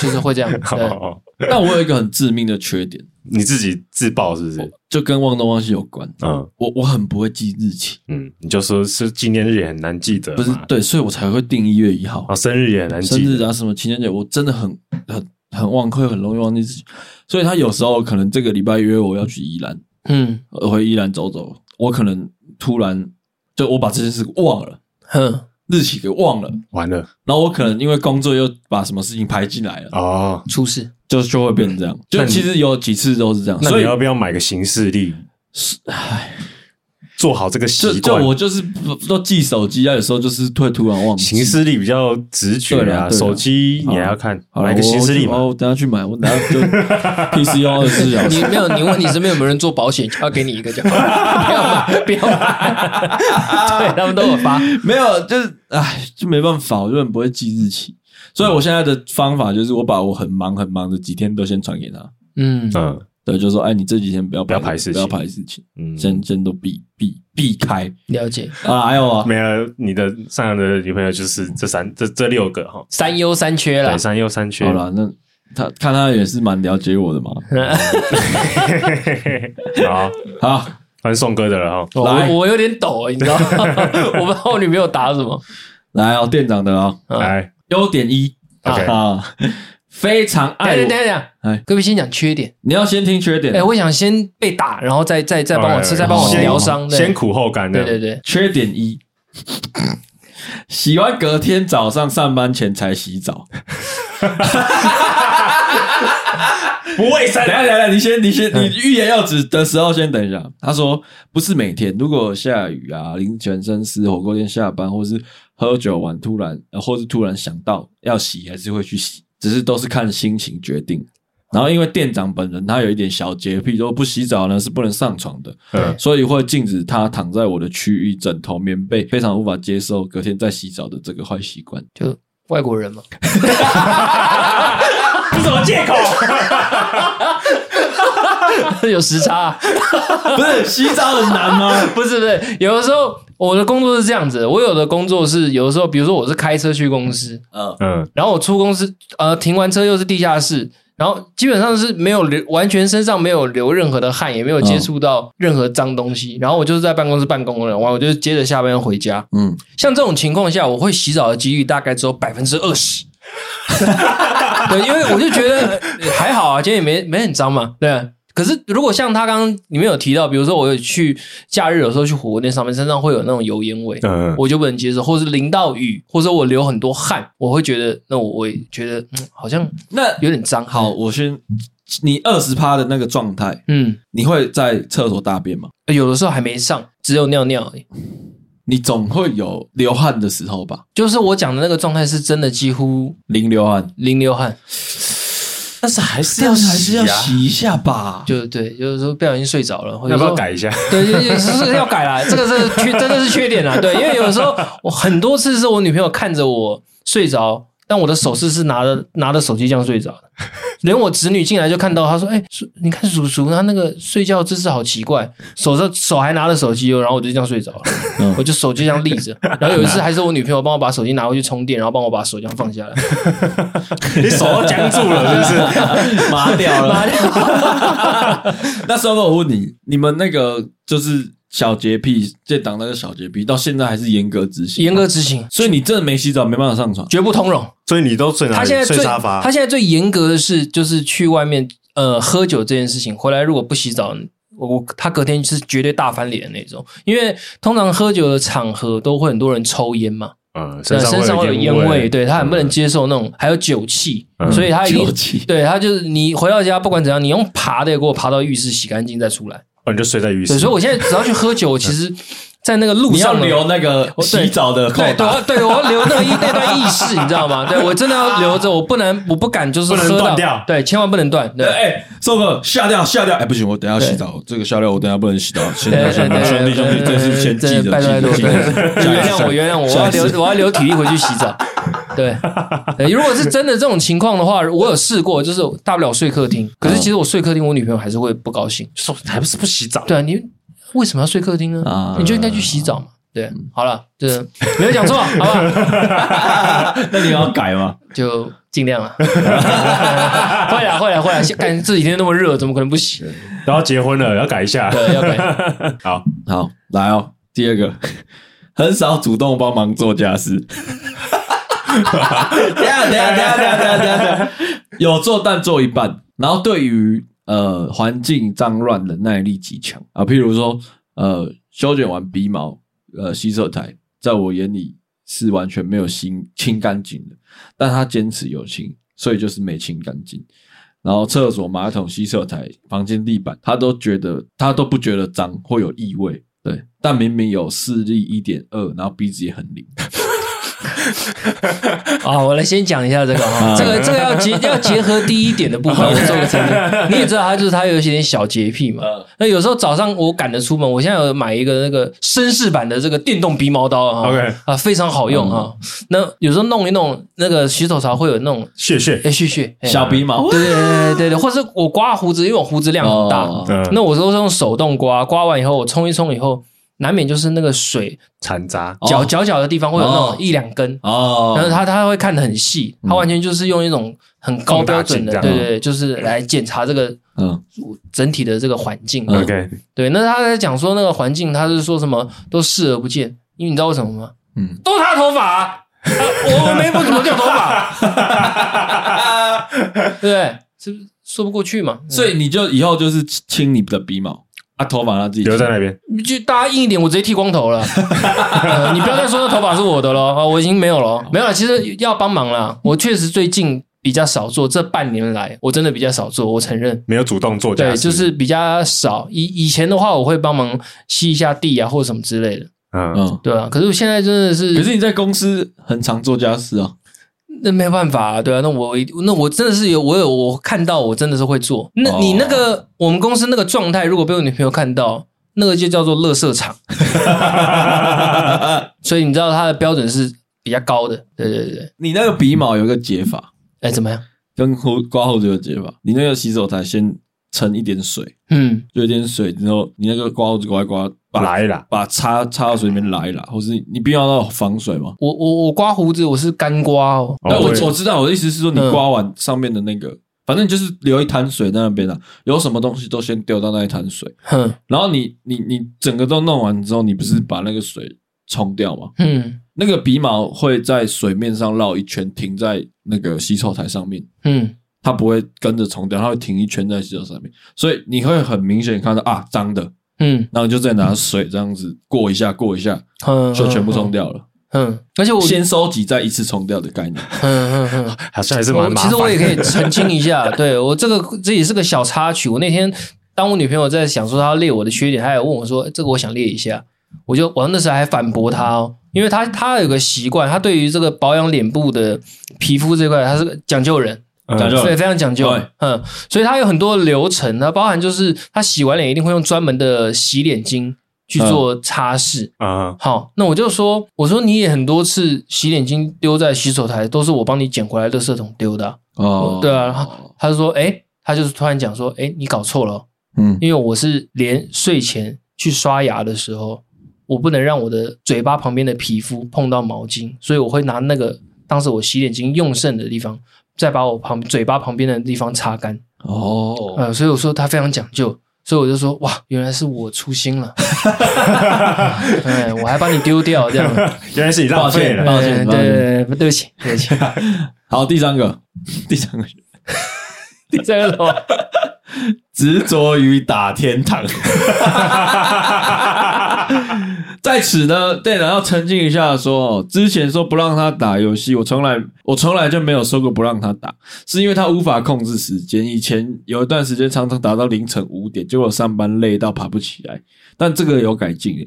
C: 就是会这 样。对，
B: 哦。
A: 但我有一个很致命的缺点，
B: 你自己自爆是不是？
A: 就跟忘东忘西有关。
B: 嗯
A: 我我很不会记日期，
B: 嗯，你就说是纪念日也很难记得，
A: 不是对，所以我才会定一月一号。
B: 啊，生日也很难
A: 生
B: 记
A: 日
B: 得，
A: 啊什么情人节，我真的很很很忘，会很容易忘记自己。所以他有时候可能这个礼拜约我要去宜兰，
C: 嗯
A: 呃回宜兰走走，我可能突然就我把这件事忘了，
C: 哼，
A: 日期给忘了，
B: 完了
A: 然后我可能因为工作又把什么事情排进来了，
B: 哦。
C: 出事。
A: 就就会变成这样。
B: 那
A: 就
B: 你
A: 其实有几次都是这样，
B: 那
A: 所
B: 你
A: 以
B: 要不要买个行事历？做好这个
A: 就
B: 习
A: 就
B: 惯。
A: 我就是不都记手机啊，有时候就是会突然忘
B: 行
A: 记。
B: 事历比较直觉
A: 对
B: 啊，
A: 啦对啦
B: 手机你还要看，
A: 好了，
B: 买个行事历
A: 我
B: 嘛。
A: 哦，我等下去买，我等 下就 PC 用二十四小
C: 你
A: 时。
C: 没有，你问你身边有没有人做保险，他给你一个就 好了，不要买，不 要买。对他们都有发，
A: 没有，就是唉，就没办法，我就很不会记日期，所以我现在的方法就是我把我很忙很忙的几天都先传给他，
C: 嗯
B: 嗯，
A: 对，就说哎，你这几天不要
B: 不要排事
A: 不要
B: 情
A: 排事情，
B: 嗯，
A: 先先都避避避开
C: 了解。
A: 啊，还有啊，
B: 没有你的上扬的女朋友就是这三这这六个哈，
C: 三优三缺啦
B: 对，，三又三缺
A: 好，啦，那他看他也是蛮了解我的嘛，
B: 好，
A: 好，
B: 换宋哥的了哈。
C: 我
A: 来
C: 我有点抖，欸你知 道吗？我不知道我女朋友答什么。
A: 来哦，店长的啊，
C: 嗯
B: 来，
A: 优点一
B: OK
A: 啊，非常爱
C: 等一下等一
A: 我，
C: 下等一下，
A: 哎，
C: 各位先讲缺点。
A: 你要先听缺点
C: 哎，，我想先被打，然后再再再帮我吃，
B: 哎
C: 再帮我
B: 先
C: 疗伤。对
B: 先苦后甘的。
C: 对对对，
A: 缺点一，喜欢隔天早上上班前才洗澡。
B: 不卫生
A: 等一下，等一下，你先，你先，你欲言又止的时候，先等一下。他说不是每天，如果下雨啊，淋全身湿，火锅店下班，或是喝酒完突然，呃或是突然想到要洗，还是会去洗，只是都是看心情决定。然后因为店长本人他有一点小洁癖，说不洗澡呢是不能上床的，
B: 嗯
A: 所以会禁止他躺在我的区域，枕头、棉被，非常无法接受隔天再洗澡的这个坏习惯。
C: 就外 国人嘛。
B: 这什么借口？
C: 有时差啊、
A: 不是洗澡很难吗？
C: 不是不是，有的时候我的工作是这样子的，我有的工作是有的时候，比如说我是开车去公司，
A: 呃，
B: 嗯，
C: 然后我出公司，呃，停完车又是地下室，然后基本上是没有流，完全身上没有流任何的汗，也没有接触到任何脏东西，然后我就是在办公室办公了，完我就接着下班回家。
A: 嗯，
C: 像这种情况下，我会洗澡的几率大概只有百分之二十。 对，因为我就觉得呃还好啊，今天也没没很脏嘛，对啊。可是如果像他刚刚里面有提到，比如说我有去假日有时候去火锅店上班，身上会有那种油烟味，
B: 嗯
C: 我就不能接受，或是淋到雨，或者我流很多汗，我会觉得那我我也觉得、嗯、好像
A: 那
C: 有点
B: 嗯
C: 脏。
A: 好，，我先，你二十趴的那个状态，
C: 嗯，呃
A: 你会在厕所大便吗？
C: 有的时候还没上，只有尿尿而已。
A: 你总会有流汗的时候吧？
C: 就是我讲的那个状态是真的几乎
A: 零流汗，
C: 零流汗，
B: 但是还是
A: 这样还是要
B: 洗啊
A: 洗一下 吧？
C: 就对，有的时候不小心睡着了，或者
B: 要不
C: 说
B: 要改一下？
C: 对，对对，是要改啦，这个是缺，真的是缺点啦。对，因为有时候我很多次是我女朋友看着我睡着，但我的手势是拿着拿着手机这样睡着的。连我侄女进来就看到，她说：“哎、叔你看叔叔他那个睡觉姿势好奇怪，手上手还拿着手机哦。”然后我就这样睡着了，
A: 嗯
C: 我就手就这样立 着。然后有一次还是我女朋友帮我把手机拿回去充电，然后帮我把手这样放下来，
B: 你手都僵住了，是不 是？
A: 麻掉了。那时候我问你，你们那个就是小洁癖，这档那个小洁癖，到现在还是严格执行，
C: 严格执行，
A: 所以你真的没洗澡，没办法上床。
C: 绝不通融。
B: 所以你都睡哪
C: 他
B: 里？
C: 现在
B: 呃睡
C: 最
B: 沙发
C: 他。现在最严格的是，就是去外面呃喝酒这件事情，回来如果不洗澡，我我他隔天是绝对大翻脸的那种。因为通常喝酒的场合都会很多人抽烟嘛，
B: 嗯，
C: 对身上会有烟
B: 味，
C: 对他很不能
B: 嗯
C: 接受那种，还有酒气，
B: 嗯
C: 所以他一
A: 酒
C: 定
A: 气，
C: 对他就是你回到家不管怎样，你用爬的也给我爬到浴室洗干净再出来。
B: 哦，你就睡在浴
C: 对，
B: 室
C: 所以。我现在只要去喝酒，其实，在那个路
A: 你要
C: 上呢
A: 留那个洗澡的扣
C: 对，对，
A: 打
C: 我，对我要留那个意那段意识，你知道吗？对我真的要留着，我不能，我不敢就是
B: 不能
C: 喝到
B: 断掉
C: 对，千万不能断，对。
A: 哎，宋哥下掉下掉，哎，不行，我等一下洗澡，这个下掉我等一下不能洗澡，先
C: 对
A: 先
C: 对对，
A: 兄弟兄弟，这是先记
C: 真的
A: 着，
C: 拜托拜托，
A: 记
C: 对
A: 着记着
C: 原谅我，原谅我，我要留，我要留体力回去洗 澡。对，对如果是真的这种情况的话，我有试过，就是大不了睡客厅，可是其实我睡客厅，我女朋友还是会不高兴。
B: 手还不是不洗澡？
C: 对啊，你为什么要睡客厅呢？
A: 啊
C: 你就应该去洗澡嘛。对，好了，这没有讲错，好不好？
A: 那你要改吗？
C: 就尽量了。 会啦会啦会啦，感觉这几天那么热，怎么可能不洗？
B: 然后结婚了，要改一下。
C: 对，要改。
B: 好，
A: 好，来哦，第二个，很少主动帮忙做家事。等一下等一下等一下等一下等一下等一下，有做但做一半。然后对于呃环境脏乱的耐力极强啊，譬如说呃修剪完鼻毛，呃洗手台，在我眼里是完全没有清清干净的，但他坚持有清，所以就是没清干净。然后厕所、马桶、洗手台、房间地板，他都觉得他都不觉得脏或有异味。对，但明明有视力一点二，然后鼻子也很灵。
C: 啊，我来先讲一下这个哈，
A: 啊
C: 这个这个要结要结合第一点的部分，我做个承 认。你也知道，他就是他有一些点小洁癖嘛。那有时候早上我赶着出门，我现在有买一个那个绅士版的这个电动鼻毛刀啊
B: OK
C: 啊，非常好用啊。
A: 嗯
C: 那有时候弄一弄，那个洗手槽会有那种
B: 谢谢，
C: 哎絮絮哎
A: 小鼻毛，
C: 对对对对对，或是我刮胡子，因为我胡子量很大，
A: 哦
B: 嗯，
C: 那我都是用手动刮，刮完以后我冲一冲以后，难免就是那个水
B: 残渣，
A: 哦
C: 角角角的地方会有那种
A: 哦
C: 一两根。
A: 哦，
C: 然后他他会看得很细，他完全就是用一种很高标准的，
B: 放大镜这
C: 对
B: 样
C: 对对，就是来检查这个
A: 嗯
C: 整体的这个环境。
A: 嗯
B: OK，
C: 对，那他在讲说那个环境，他是说什么都视而不见，因为你知道为什么吗？
A: 嗯，
C: 都他头发、 啊，我我没不怎么掉头发， 对不对？这说不过去嘛。嗯
A: 所以你就以后就是清你的鼻毛啊，头发让自己
B: 留在那边。
C: 以就大家硬一点，我直接剃光头 了。呃你不要再说那头发是我的了，啊我已经没有了，没有了。其实要帮忙啦，我确实最近比较少做，这半年来我真的比较少做，我承认。
B: 没有主动做家
C: 对，
B: 事，
C: 就是比较少。以以前的话，我会帮忙吸一下地啊，或者什么之类的，
B: 嗯，
A: 嗯。
C: 对啊。可是我现在真的是，
A: 可是你在公司很常做家事 啊，
C: 那没办法、啊，对啊。那我那我真的是有，我有我看到，我真的是会做。那
A: 哦
C: 你那个、我们公司那个状态，如果被我女朋友看到，那个就叫做垃圾场。所以你知道它的标准是比较高的，对对对对。
A: 你那个鼻毛有一个解法，
C: 哎，怎么样？
A: 跟胡刮胡子有解法。你那个洗手台先盛一点水，
C: 嗯，
A: 就有点水之后，你那个刮胡子刮一刮，把
B: 来 啦，
A: 把插插到水里面来啦，或是你你不要那种防水嘛。
C: 我我我刮胡子，我是干刮哦。
B: 哦
A: 那我
B: 对
A: 我知道，我的意思是说，你
C: 嗯
A: 刮完上面的那个，反正你就是留一滩水在那边啊，有什么东西都先丢到那一滩水，
C: 哼，
A: 然后你你你整个都弄完之后，你不是把那个水冲掉吗？
C: 嗯
A: 那个鼻毛会在水面上绕一圈，停在那个洗手台上面。
C: 嗯，
A: 它不会跟着冲掉，它会停一圈在洗手上面，所以你会很明显看到啊脏的，
C: 嗯
A: 然后你就再拿水这样子过一下过一下，
C: 嗯，
A: 就全部
C: 嗯
A: 冲。掉了。
C: 嗯，而且我
A: 先收集再一次冲掉的概念，
C: 嗯嗯嗯，
B: 好像还是
C: 我
B: 蛮麻
C: 其
B: 烦
C: 实
B: 的。
C: 我也可以澄清一 下，对我这个这也是个小插曲。我那天当我女朋友在想说她要列我的缺点，她也问我说这个我想列一下，我就我那时候还反驳她哦，因为她她有个习惯，她对于这个保养脸部的皮肤这块，她是个讲究人，
B: 嗯
A: 讲究
C: 对，非常讲究
A: 对，
C: 嗯，所以它有很多流程，那包含就是她洗完脸一定会用专门的洗脸巾去
A: 嗯
C: 做擦拭。
B: 啊，
C: 好，那我就说，我说你也很多次洗脸巾丢在洗手台，都是我帮你捡回来的垃圾桶丢的啊、
A: 哦，
C: 对啊，然后他就说，哎、他就是突然讲说，哎、你搞错了哦，
A: 嗯，
C: 因为我是连睡前去刷牙的时候，我不能让我的嘴巴旁边的皮肤碰到毛巾，所以我会拿那个当时我洗脸巾用剩的地方，再把我旁嘴巴旁边的地方擦干。
A: 哦，
C: 呃，所以我说他非常讲究。所以我就说，哇，原来是我粗 心了，哎，我还把你丢掉这样，
B: 嗯原来是你浪费 了。
A: 抱歉
C: 哎
A: 抱歉
C: 对对对，对不起，对 不起，
A: 好，第三个， 第三个，
C: 第三个楼，
A: 执着于打天堂。 在此呢，店长要澄清一下说，哦，之前说不让他打游戏，我从来我从来就没有说过不让他打，是因为他无法控制时间。以前有一段时间常常打到凌晨五点，结果上班累到爬不起来，但这个有改进了。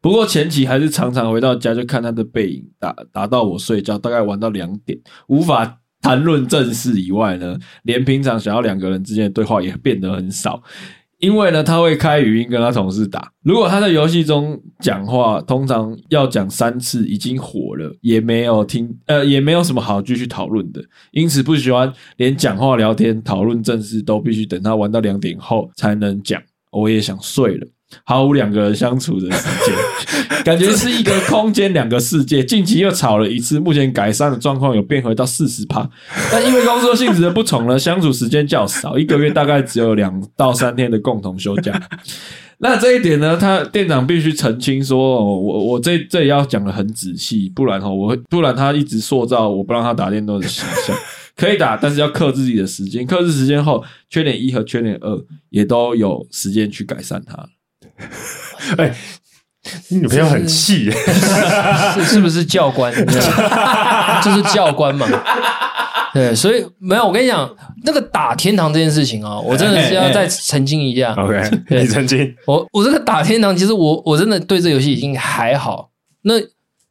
A: 不过前期还是常常回到家就看他的背影，打打到我睡觉，大概玩到两点，无法。谈论正事以外呢，连平常想要两个人之间的对话也变得很少，因为呢，他会开语音跟他同事打。如果他在游戏中讲话，通常要讲三次，已经火了，也没有听，呃，也没有什么好继续讨论的。因此不喜欢连讲话、聊天、讨论正事都必须等他玩到两点后才能讲。我也想睡了。毫无两个人相处的时间，感觉是一个空间两个世界。近期又吵了一次，目前改善的状况有变回到四十趴，但因为工作性质的不同呢，相处时间较少，一个月大概只有两到三天的共同休假。那这一点呢，他店长必须澄清说，哦我我这这也要讲的很仔细，不然哈，我会不然他一直塑造我不让他打电动的形象。可以打，但是要克制自己的时间。克制时间后，缺点一和缺点二也都有时间去改善它。
B: 哎，你女朋友很气，
C: 是是不是教官？就是教官嘛。对，所以没有我跟你讲，那个打天堂这件事情啊，我真的是要再澄清一下。
B: OK，
C: 对
B: 你曾经
C: 我我这个打天堂，其实我我真的对这游戏已经还好。那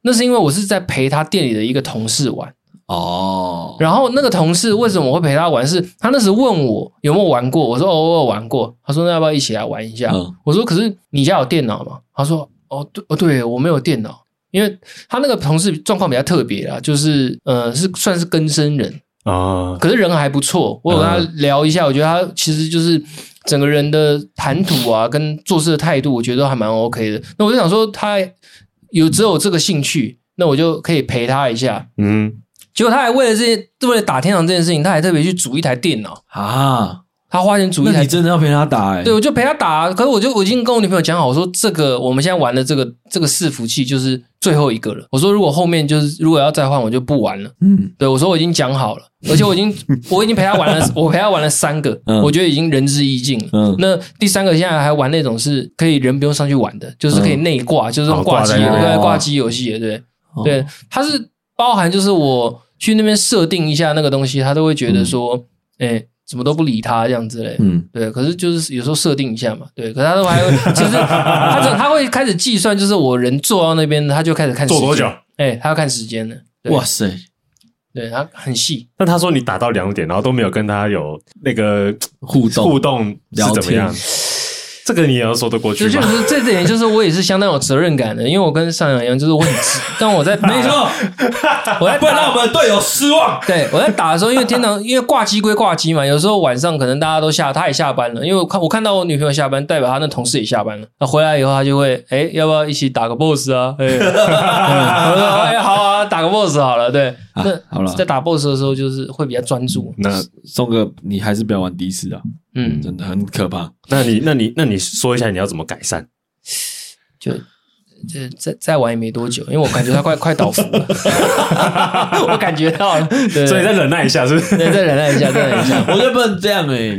C: 那是因为我是在陪他店里的一个同事玩。
A: 哦，
C: 然后那个同事为什么我会陪他玩是？他那时问我有没有玩过，我说偶尔玩过。他说那要不要一起来玩一下？
A: 嗯
C: 我说可是你家有电脑吗？他说哦对哦对，我没有电脑，因为他那个同事状况比较特别啦，就是呃是算是更生人，
B: 啊，
C: 可是人还不错。我有跟他聊一下，我觉得他其实就是整个人的谈吐啊，跟做事的态度，我觉得都还蛮 OK 的。那我就想说他有只有这个兴趣，那我就可以陪他一下。
B: 嗯，
C: 结果他还为了这件，为了打天堂这件事情，他还特别去组一台电脑，
A: 啊，
C: 他花钱组一
A: 那
C: 台
A: 你。真的要陪他打哎、
C: 对，我就陪他打，啊可是我就我已经跟我女朋友讲好，我说这个我们现在玩的这个这个伺服器就是最后一个了。我说如果后面就是如果要再换，我就不玩了。
A: 嗯，
C: 对，我说我已经讲好了，而且我 已经我已经陪他玩了，我陪他玩了三个，
A: 嗯
C: 我觉得已经仁至义尽了。
A: 嗯
C: 那第三个现在还玩那种是可以人不用上去玩的，就是可以内挂，就是这种
B: 哦
C: 挂
B: 挂
C: 机
B: 在
C: 游
A: 那里
C: 对
A: 嗯哦
C: 挂机游戏的，对
A: 哦
C: 对，它是包含就是我去那边设定一下那个东西，他都会觉得说，哎，怎么都不理他这样之类。
A: 嗯，
C: 对，可是就是有时候设定一下嘛，对，可是他都还会，就是他这他会开始计算，就是我人坐到那边，他就开始看
B: 做多
C: 时间
B: 久？
C: 哎，他要看时间的，
A: 嗯
C: 对
A: 哇塞，
C: 对他很细，
B: 那他说你打到两点，然后都没有跟他有那个
A: 互动
B: 互动是怎么
A: 聊
B: 样
A: 天？
B: 这个你也要说得过去
C: 就就
B: 吗？
C: 是这点，就是我也是相当有责任感的，因为我跟上扬一样，就是我很直，但我在没
A: 没错，
C: 我在
A: 哎不然让
C: 打
A: 我，们的队友失望。
C: 对我在打的时候，因为天堂，因为挂机归挂机嘛，有时候晚上可能大家都下，他也下班了，因为我看我看到我女朋友下班，代表她那同事也下班了，那回来以后他就会，哎，要不要一起打个 boss 啊？ 哎，嗯我说哎好啊，打个 boss 好了，对，
A: 啊
C: 那
A: 好了
C: 在打 boss 的时候就是会比较专注，
B: 那
A: 宋哥，你还是不要玩第一次啊，
C: 嗯，
A: 真的很可 怕。
B: 那你那你那你说一下你要怎么改善？
C: 就。就再再玩也没多久，因为我感觉他快 快倒伏 了，我感觉到了，对
B: 所以再忍耐一下，是不是？
C: 对，再忍耐一下，再忍耐一下。
A: 我觉得不能这样哎、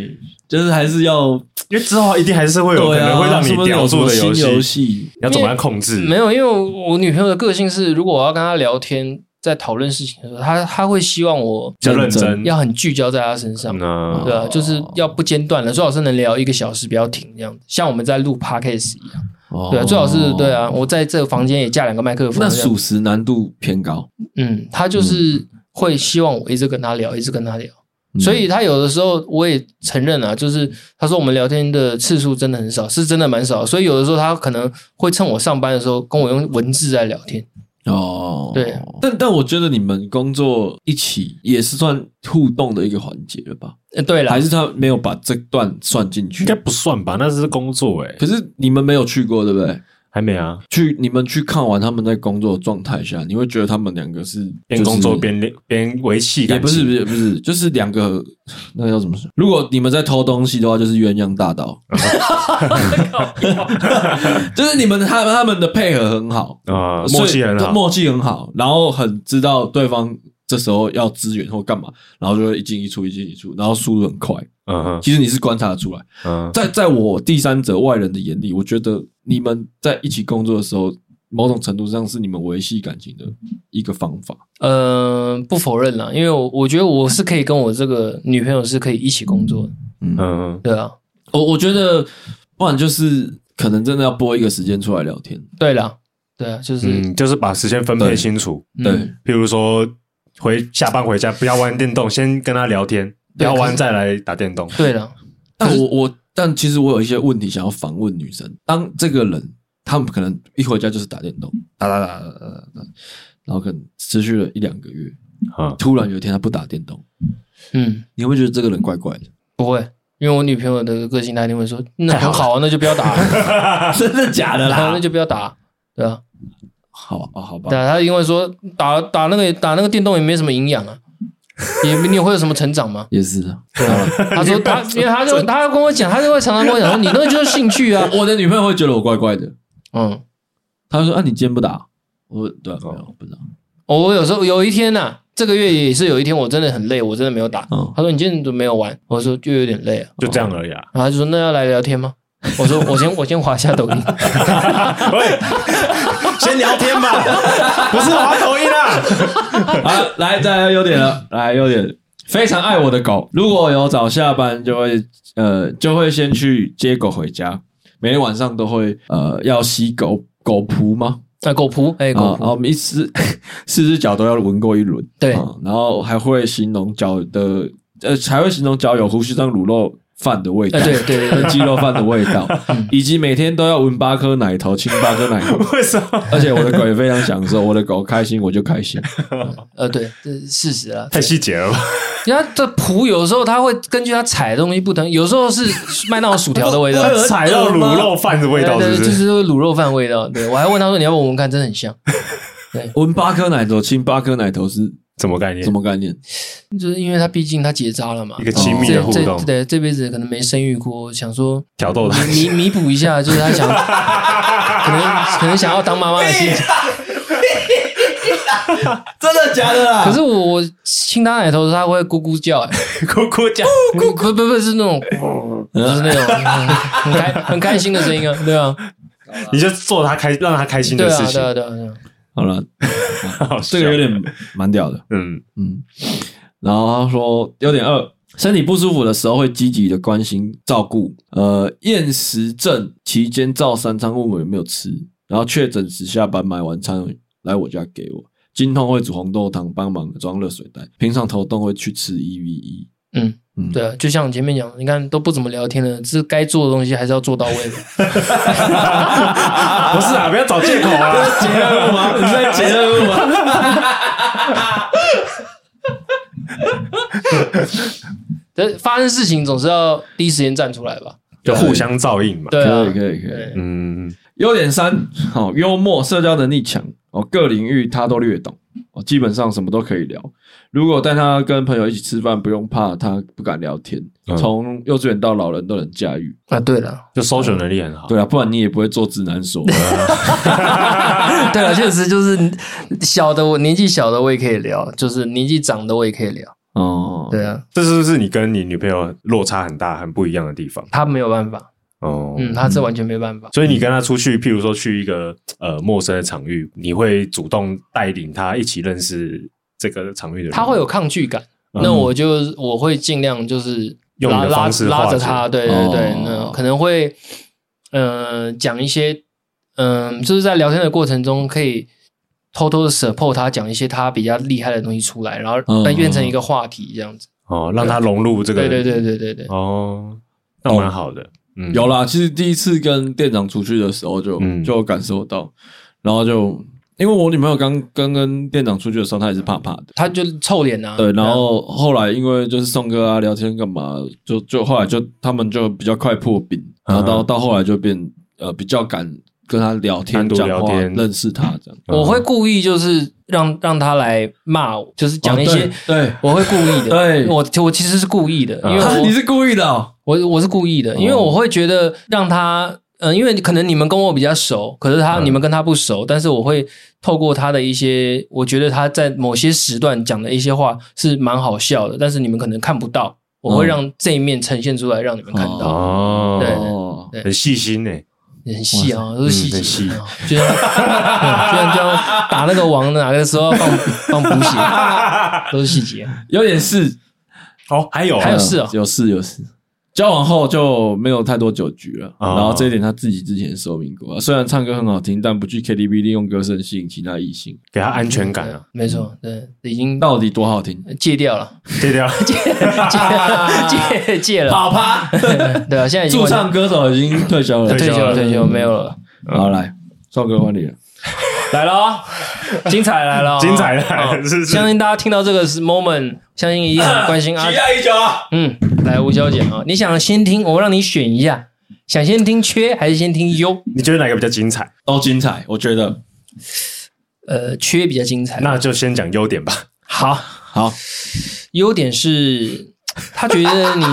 A: 就是还是要
B: 因为之后一定还是会有可
A: 对啊，
B: 能会让
A: 是不
B: 你
A: 是
B: 叼
A: 有什
B: 住
A: 么
B: 的
A: 新
B: 游
A: 游
B: 戏，
A: 戏？
B: 你要怎么样控制？
C: 没有，因为我女朋友的个性是，如果我要跟她聊天，在讨论事情的时候，她她会希望我
B: 比较认
A: 嗯
B: 真。嗯
C: 要很聚焦在她身上，
B: 那
C: 对
A: 哦
C: 啊，就是要不间断的，最好是能聊一个小时，不要停这样子，像我们在录 podcast 一样，
A: 哦
C: 对啊，最好是对。啊，我在这个房间也架两个麦克风，
A: 那
C: 这样
A: 属实难度偏高，
C: 嗯，她就是会希望我一直跟她聊，一直跟她聊。
A: 嗯
C: 所以她有的时候我也承认啊，就是她说我们聊天的次数真的很少，是真的蛮少。所以有的时候她可能会趁我上班的时候跟我用文字在聊天。
A: 哦，
C: 对。
A: 但但我觉得你们工作一起也是算互动的一个环节了吧？
C: 呃，对了
A: 还，是他没有把这段算进去
B: 应？该不算吧？那是工作哎、
A: 可是你们没有去过，对不对？
B: 还没啊，
A: 去你们去看完他们在工作的状态下，你会觉得他们两个是
B: 边工作
A: 就是
B: 边练边维系
A: 也
B: 感
A: 不是
B: 情
A: 不是不是，就是两个 那叫什么？如果你们在偷东西的话，就是鸳鸯大盗，
B: 嗯
A: 就是你们他他们的配合很好，
B: 啊、
A: 所以
B: 默契很好。
A: 默契很好，然后很知道对方这时候要支援或干嘛，然后就会一进一出，一进一出，然后速度很快。
B: 嗯哼
A: 其实你是观察得出来，
B: 嗯，
A: 在在我第三者外人的眼里，我觉得你们在一起工作的时候，某种程度上是你们维系感情的一个方法。
C: 呃，不否认啦，因为我我觉得我是可以跟我这个女朋友是可以一起工作的，
B: 嗯，
C: 对啊，
A: 呃我我觉得，不然就是可能真的要拨一个时间出来聊天。
C: 对啦，对啊，就是、
B: 嗯，就是把时间分配清楚。
C: 嗯
A: 对，
B: 譬如说回下班回家不要玩电动，先跟他聊天，
C: 对
B: 聊
C: 可
B: 完
C: 是
B: 再来打电动。
C: 对啦，
A: 但我我但其实我有一些问题想要反问女生。当这个人他们可能一回家就是打电动，打打打打打打打，然后可能持续了一两个月，
B: 嗯，
A: 突然有一天他不打电动，
C: 嗯，
A: 你会不会觉得这个人怪怪的？
C: 不会，因为我女朋友的个性，她一定会说，那很好啊，那就不要打，
A: 真的假的
C: 然后那？就不要打，对啊，
A: 好啊，好吧
C: 对。啊，她因为说打打那个打那个电动也没什么营养啊。也 你会有什么成长吗？
A: 也是啊，
C: 对啊，他说他，因为他就他跟我讲，他就会常常跟我讲说，你那个就是兴趣啊。
A: 我的女朋友会觉得我怪怪的。
C: 嗯，
A: 她说：“啊，你今天不打？”我说：“对啊，没有，不知道。
C: 哦我有时候有一天呐、这个月也是有一天，我真的很累，我真的没有打。
A: 嗯
C: 他说你今天怎么没有玩？我说就有点累啊。
B: 就这样而已啊。
C: 然后他就说那要来聊天吗？我说我先我先滑下抖音。
B: 喂，先聊天吧，不是滑抖音啊啦。”
A: 好，来，再来优点了，来优点。非常爱我的狗，如果有早下班，就会呃就会先去接狗回家，每天晚上都会呃要洗狗狗仆吗？
C: 那狗扑，哎，
A: 啊
C: 狗
B: 哦
A: 啊，
C: 扑，
A: 我们一只 四只脚都要闻过一轮，
C: 对
B: 哦
A: 啊然后还会形容脚的，呃，还会形容脚有胡须章卤肉饭的味道，
C: 哎对对对嗯
A: 跟鸡肉饭的味 道，以及每天都要闻八颗奶头，亲八颗奶 头，
B: 为什么？
A: 而且我的狗也非常享受，我的狗开心我就开心，
C: 呃，对，这是事实啊。
B: 太细节了吧？
C: 人家的脯有时候它会根据它踩的东西不同，有时候是麦当劳薯条 的味道，
B: 踩到卤肉饭的味道，是
C: 对对
B: 不？
C: 呃就是是卤肉饭味道。对我还问他说你要不要闻闻看，真的很像，
A: 闻八颗奶头，亲八颗奶头是
B: 什么概念
A: 什？么概念？
C: 就是因为他毕竟他结扎了嘛
B: 一，个亲密的互
C: 哦这
B: 动
C: 这，对这辈子可能没生育过，想说
B: 挑逗他。
C: 弥弥补一下，就是他想可能可能想要当妈妈的心情。
A: 真的假的 啦
C: 可是我我亲他奶头的时候，他会咕咕叫、欸，
B: 哭哭讲，
C: 咕咕不不是那种，不是那种嗯很开很开心的声音啊，对啊，
B: 你就做他开，让他开心
C: 对
B: 的
C: 啊，
B: 事
C: 对啊，
B: 情。
C: 对啊，对啊
A: 好了，
B: 好
A: 这个有点蛮屌的。
B: 嗯，
A: 嗯，然后他说有点饿，身体不舒服的时候会积极的关心照顾。呃，厌食症期间照三餐问我有没有吃，然后确诊时下班买晚餐来我家给我。经痛会煮红豆汤，帮忙装热水袋。平常头痛会去吃一 v 一。
C: 嗯
A: 嗯，
C: 对啊，就像前面讲，你看都不怎么聊天了，这该做的东西还是要做到 位的。
B: 不是啊，不要找借口啊。
A: 结论吗？ 你在结论吗？
C: 这发生事情总是要第一时间站出来吧？
B: 就互相照应嘛。
C: 对啊，
A: 可以可以可以。
C: 对
B: 嗯，
A: 优点三， 好、幽默，社交能力强，哦，各领域他都略懂，哦，基本上什么都可以聊。如果带他跟朋友一起吃饭，不用怕他不敢聊天
B: 嗯，
A: 从、幼稚园到老人都能驾驭。
C: 啊，对了，
B: 就 social 能力很好。
A: 对啊，不然你也不会做指南所。
C: 对了，确实就是小的我年纪小的我也可以聊，就是年纪长的我也可以聊。
A: 哦，
C: 对啊，
B: 这是不是你跟你女朋友落差很大、很不一样的地方？
C: 他没有办法，
B: 哦，
C: 嗯，他是完全没办法。
B: 所以你跟她出去，譬如说去一个呃陌生的场域，你会主动带领她一起认识这个场域的人。
C: 他会有抗拒感。那我就我会尽量就是
B: 用
C: 拉
B: 你的
C: 拉
B: 方式
C: 拉
B: 化
C: 着
B: 解
C: 他，对对对，
A: 哦
C: 那可能会呃讲一些嗯、就是在聊天的过程中可以偷偷的 support 他讲一些他比较厉害的东西出来，然后
A: 嗯
C: 被变成一个话题这样子。
B: 哦，让她融入这个。
C: 对对对对对对，
B: 哦，那蛮好的。嗯，
A: 有啦，其实第一次跟店长出去的时候就、
B: 嗯
A: 就有感受到，然后就因为我女朋友刚刚跟店长出去的时候，她也是怕怕的。
C: 他就臭脸啊。
A: 对，然后后来因为就是送歌啊、聊天干嘛，就就后来就他们就比较快破冰，然后到、
B: 嗯
A: 到后来就变呃比较敢跟他聊天、
B: 单独
A: 讲
B: 聊
A: 话、
B: 天
A: 认识他这样。
C: 我会故意就是让让他来骂我，就是 讲一些、
A: 哦对
C: 我会故意的，
A: 对
C: 我我其实是故意的，因为
A: 对，啊
C: 我
A: 你是故意的哦，
C: 我我是故意
B: 哦
C: 的，因为我会觉得让他，嗯、因为可能你们跟我比较熟，可是他、
B: 嗯
C: 你们跟他不熟，但是我会透过他的一些，我觉得他在某些时段讲的一些话是蛮好笑的，但是你们可能看不到，我会
A: 嗯
C: 让这一面呈现出来，让你们看到，
B: 哦，
C: 对
A: 哦，
C: 对
B: 很细心欸呢。
C: 很细啊，都是细节，
B: 很嗯细
C: 啊就像 就像就像打那个王的哪个时候要放放补血，都是细节。
A: 有点事，
B: 哦，还有
C: 还有事哦
A: 嗯有事有事。交往后就没有太多酒局了，
B: 哦
A: 然后这一点他自己之前说明过。虽然唱歌很好听，但不去 KTV 利用歌声吸引其他异性，
B: 给她安全感啊，
C: 没错，对，已经
A: 到底多好听？
C: 戒掉了，
B: 对掉。
C: 戒戒 戒了，
A: 好吧，
C: 对啊，现在已经
A: 驻
C: 完全
A: 唱歌手已经退休 了，
C: 退休了，退
B: 嗯
C: 休了没有了，
A: 好，来，少哥换你了。
C: 来 了哦，精彩来了哦，
B: 精彩来了
C: 哦
B: 是是
C: 相信大家听到这个是 moment，相信一定很 关心阿，
A: 已久啊！
C: 嗯，来吴小姐啊，你想先听，我让你选一下，想先听缺还是先听优？
B: 你觉得哪个比较精彩？
A: 都精彩，我觉得
C: 呃，缺比较精彩，
B: 那就先讲优点吧。
C: 好，
A: 好。
C: 优点是。他觉得你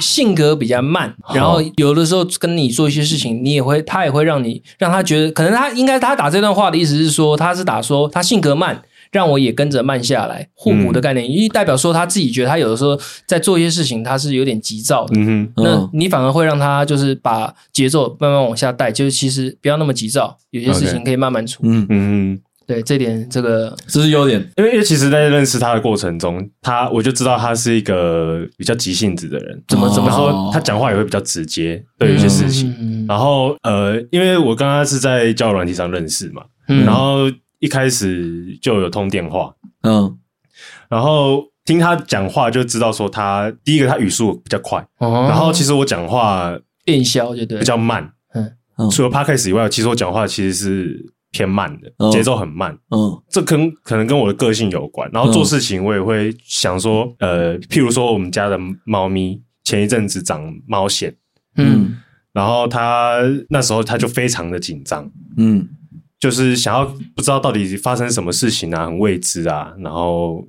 C: 性格比较慢， 然后有的时候跟你做一些事情，你也会，他也会让你让他觉得，可能他应该他打这段话的意思是说，他是打说他性格慢，让我也跟着慢下来，互补
B: 嗯
C: 的概念，因为代表说他自己觉得他有的时候在做一些事情，他是有点急躁的，
B: 嗯
C: 那你反而会让他就是把节奏慢慢往下带，就是其实不要那么急躁，有些事
B: OK
C: 情可以慢慢处。
A: 嗯
B: 哼，，嗯
C: 对，这点这个
A: 这是优点。
B: 哼，因为因为其实，在认识他的过程中，他我就知道他是一个比较急性子的人。
A: 怎么
B: 怎么说
A: 哦？
B: 他讲话也会比较直
C: 嗯
B: 接，对于一些事情。
C: 情
B: 然后呃，因为我刚刚是在交友软体上认识嘛，
C: 嗯
B: 然后一开始就有通电话，
A: 嗯
B: 然后听他讲话就知道说他第一个他语速比较快，
C: 然
B: 然后其实我讲话
C: 变消哦就对了，
B: 比较慢，
A: 嗯
B: 除了 podcast 以外，其实我讲话其实是偏慢的
A: 哦，
B: 节奏很慢。
A: 嗯
B: 这跟可能跟我的个性有关，然后做事情我也会想说，呃，譬如说我们家的猫咪前一阵子长猫癣，
C: 嗯
A: 嗯
B: 然后它那时候它就非常的紧张，
A: 嗯
B: 就是想要不知道到底发生什么事情啊，很未知啊，然后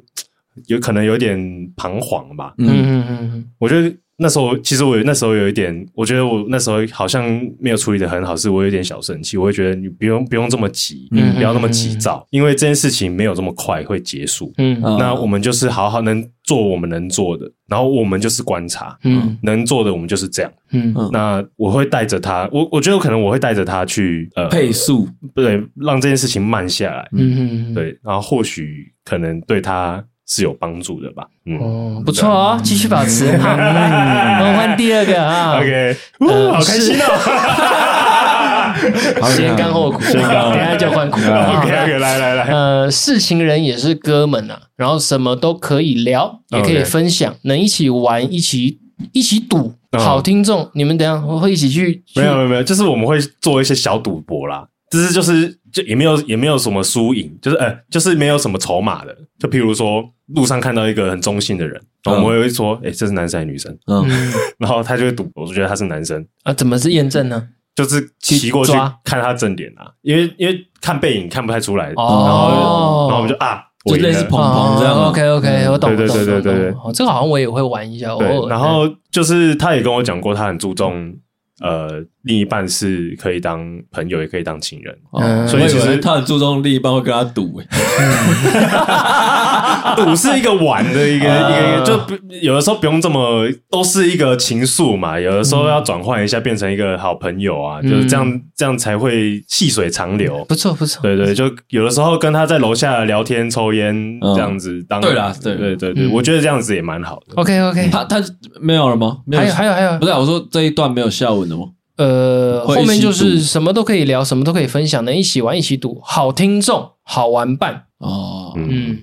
B: 嘖有可能有点彷徨吧。
C: 嗯
A: 嗯
C: 嗯嗯
B: 我觉得那时候其实我有那时候有一点，我觉得我那时候好像没有处理的很好，是我有点小生气，我会觉得你不用不用这么急，
A: 嗯
B: 不要那么急躁，因为这件事情没有这么快会结束。
C: 嗯嗯
A: 嗯
B: 那我们就是好好能做我们能做的，然后我们就是观察，
C: 嗯
B: 能做的我们就是这样。
C: 嗯
A: 嗯
B: 那我会带着他，我我觉得可能我会带着他去呃
A: 配速，
B: 不对，让这件事情慢下来，
C: 嗯，
B: 对，然后或许可能对他是有帮助的吧。嗯、
C: 哦，不错哦，继续保持。好，我们换第二个啊
B: o k 呜、
C: 呃
B: 好开心哦。
C: 先甘后 苦，
B: 先甘后苦
C: 等一下就换苦了。
B: OK OK，来来来，
C: 呃，事情人也是哥们啊，然后什么都可以聊，也可以
B: OK
C: 分享，能一起玩，一起一起赌。
B: 嗯
C: 好听众，你们等一下会一起去？去
B: 没有没有没有，就是我们会做一些小赌博啦，就是就是就也没有也没有什么输赢，就是呃就是没有什么筹码的，就譬如说路上看到一个很中性的人，然后我们会说，哎、这是男生还是 女生？
A: 嗯
C: 嗯
B: 然后他就会赌博，我就觉得他是男生，
C: 啊，怎么是验证呢？
B: 就是骑过去
C: 去抓
B: 看他正脸啊，因为因为看背影看不太出来，然后
C: 哦
B: 然后我们就啊，
A: 就
B: 我赢
A: 类似
B: 了。
A: 碰碰这样啊。
C: OK OK，我懂，
B: 对对
C: 我懂
B: 对对对对
C: 我懂哦这个好像我也会玩一下，
A: 哦
C: 偶
B: 对，
A: 哎
C: 尔。
B: 然后就是他也跟我讲过，他很注重呃，另一半是可以当朋友，也可以当情人。
C: 嗯
A: 哦
B: 所以
A: 我
B: 其
A: 以
B: 实
A: 为他很注重另一半会跟他赌，欸啊
B: 赌是一个玩 的一个
C: 啊
B: 一个一个，就不有的时候不用这么，都是一个情愫嘛。有的时
A: 嗯
B: 候要转换一下，变成一个好朋友啊，
C: 嗯
B: 就是这样，这样才会细水长流。
C: 不错不错，
B: 对对，就有的时候跟他在楼下聊天、抽烟
A: 嗯
B: 这样子，当
A: 对啦对
B: 对对对对，
C: 嗯
B: 我觉得这样子也蛮好的。
C: OK OK，
A: 他他没有了吗？没
C: 哎还有还有还有
A: 不，是啊我说这一段没有下文了吗？
C: 呃，
A: 会一
C: 后
A: 起
C: 面就是
A: 赌
C: 什么都可以聊，什么都可以分享，能一起玩一起赌，好听众，好玩伴。
A: 哦，
B: 嗯，
C: 嗯，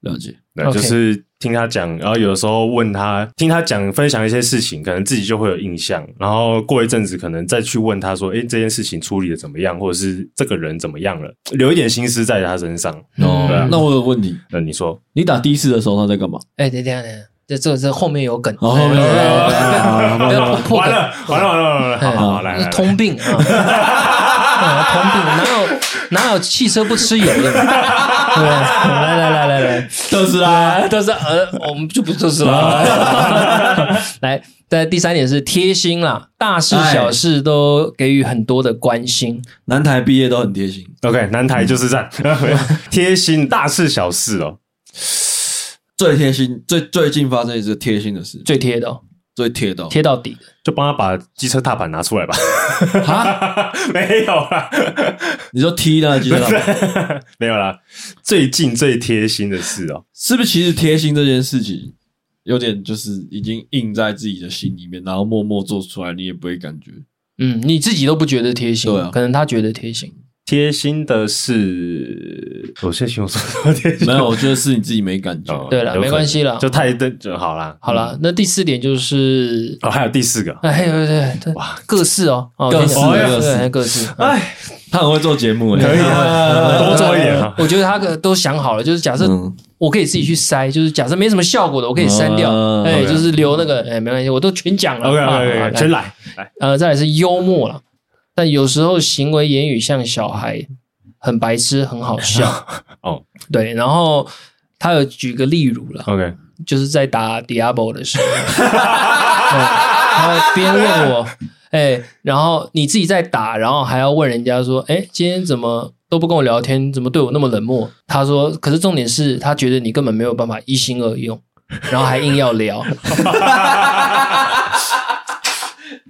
A: 了解。
B: 对，
C: OK
B: 就是听他讲，然后有的时候问他，听他讲分享一些事情，可能自己就会有印象，然后过一阵子可能再去问他说，诶，这件事情处理的怎么样，或者是这个人怎么样了，留一点心思在他身上。
A: 哦
B: 对啊，
A: 那我有问题，
B: 那你说，
A: 你打第一次的时候他在干嘛？
C: 哎，等一下等一下，这这这后面有梗，
A: 哦
C: 对对对对对
A: 好
C: 不要破
B: 完
C: 梗
B: 了，完了，完了，完了，好
C: 哎
B: 好好来来来，
C: 通病啊，啊通病，哪有哪有汽车不吃油的嘛？对，来来来来来，
A: 特斯拉
C: 啊，都是呃，我们就不就是了。来，在第三点是贴心啦，大事小事都给予很多的关心。
A: 南台毕业都很贴心，
B: OK，南台就是站，贴心，大事小事哦。
A: 最贴心，最最近发生一次贴心的事，
C: 最贴的哦、
A: 最贴到
C: 贴到底的
B: 就帮他把机车踏板拿出来吧，
C: 啊！
B: 没有啦，
A: 你说踢那个 机车老板，
B: 没有啦。最近最贴心的事哦，
A: 是不是？其实贴心这件事情，有点就是已经印在自己的心里面，然后默默做出来，你也不会感 觉。
C: 嗯，你自己都不觉得贴心，
A: 对啊
C: 可能他觉得贴心。
B: 贴心的是，我先形容什么贴心？
A: 没有，我觉得是你自己没感觉。
B: 哦，
C: 对啦
B: 有可能
C: 没关系啦
B: 就太灯就好啦。
C: 好
A: 嗯
C: 啦，那第四点就是，
B: 哦，还有第四个，
C: 哎，对对对，
B: 哇，
C: 各式哦，哦
A: 各式
C: 听起来
A: 各式
C: 对各式，
A: 哎，他很会做节目，哎
B: 可以啊，多做一点
C: 啊
B: 啊。
C: 我觉得他个都想好了，就是假设
A: 嗯
C: 我可以自己去筛，就是假设没什么效果的，我可以删掉，
A: 嗯
C: 哎，
B: OK
C: 就是留那个，哎，没关系，我都全讲了
B: OK
C: 啊好
B: OK
C: 来
B: OK，全来，。
C: 呃，再来是幽默了，但有时候行为言语像小孩，很白痴，很好 笑
B: 哦，
C: 对，然后他有举个例如了，
B: OK，
C: 就是在打 Diablo 的时候，对他边问我，哎、然后你自己在打，然后还要问人家说，哎、今天怎么都不跟我聊天，怎么对我那么冷漠？他说，可是重点是他觉得你根本没有办法一心二用，然后还硬要聊，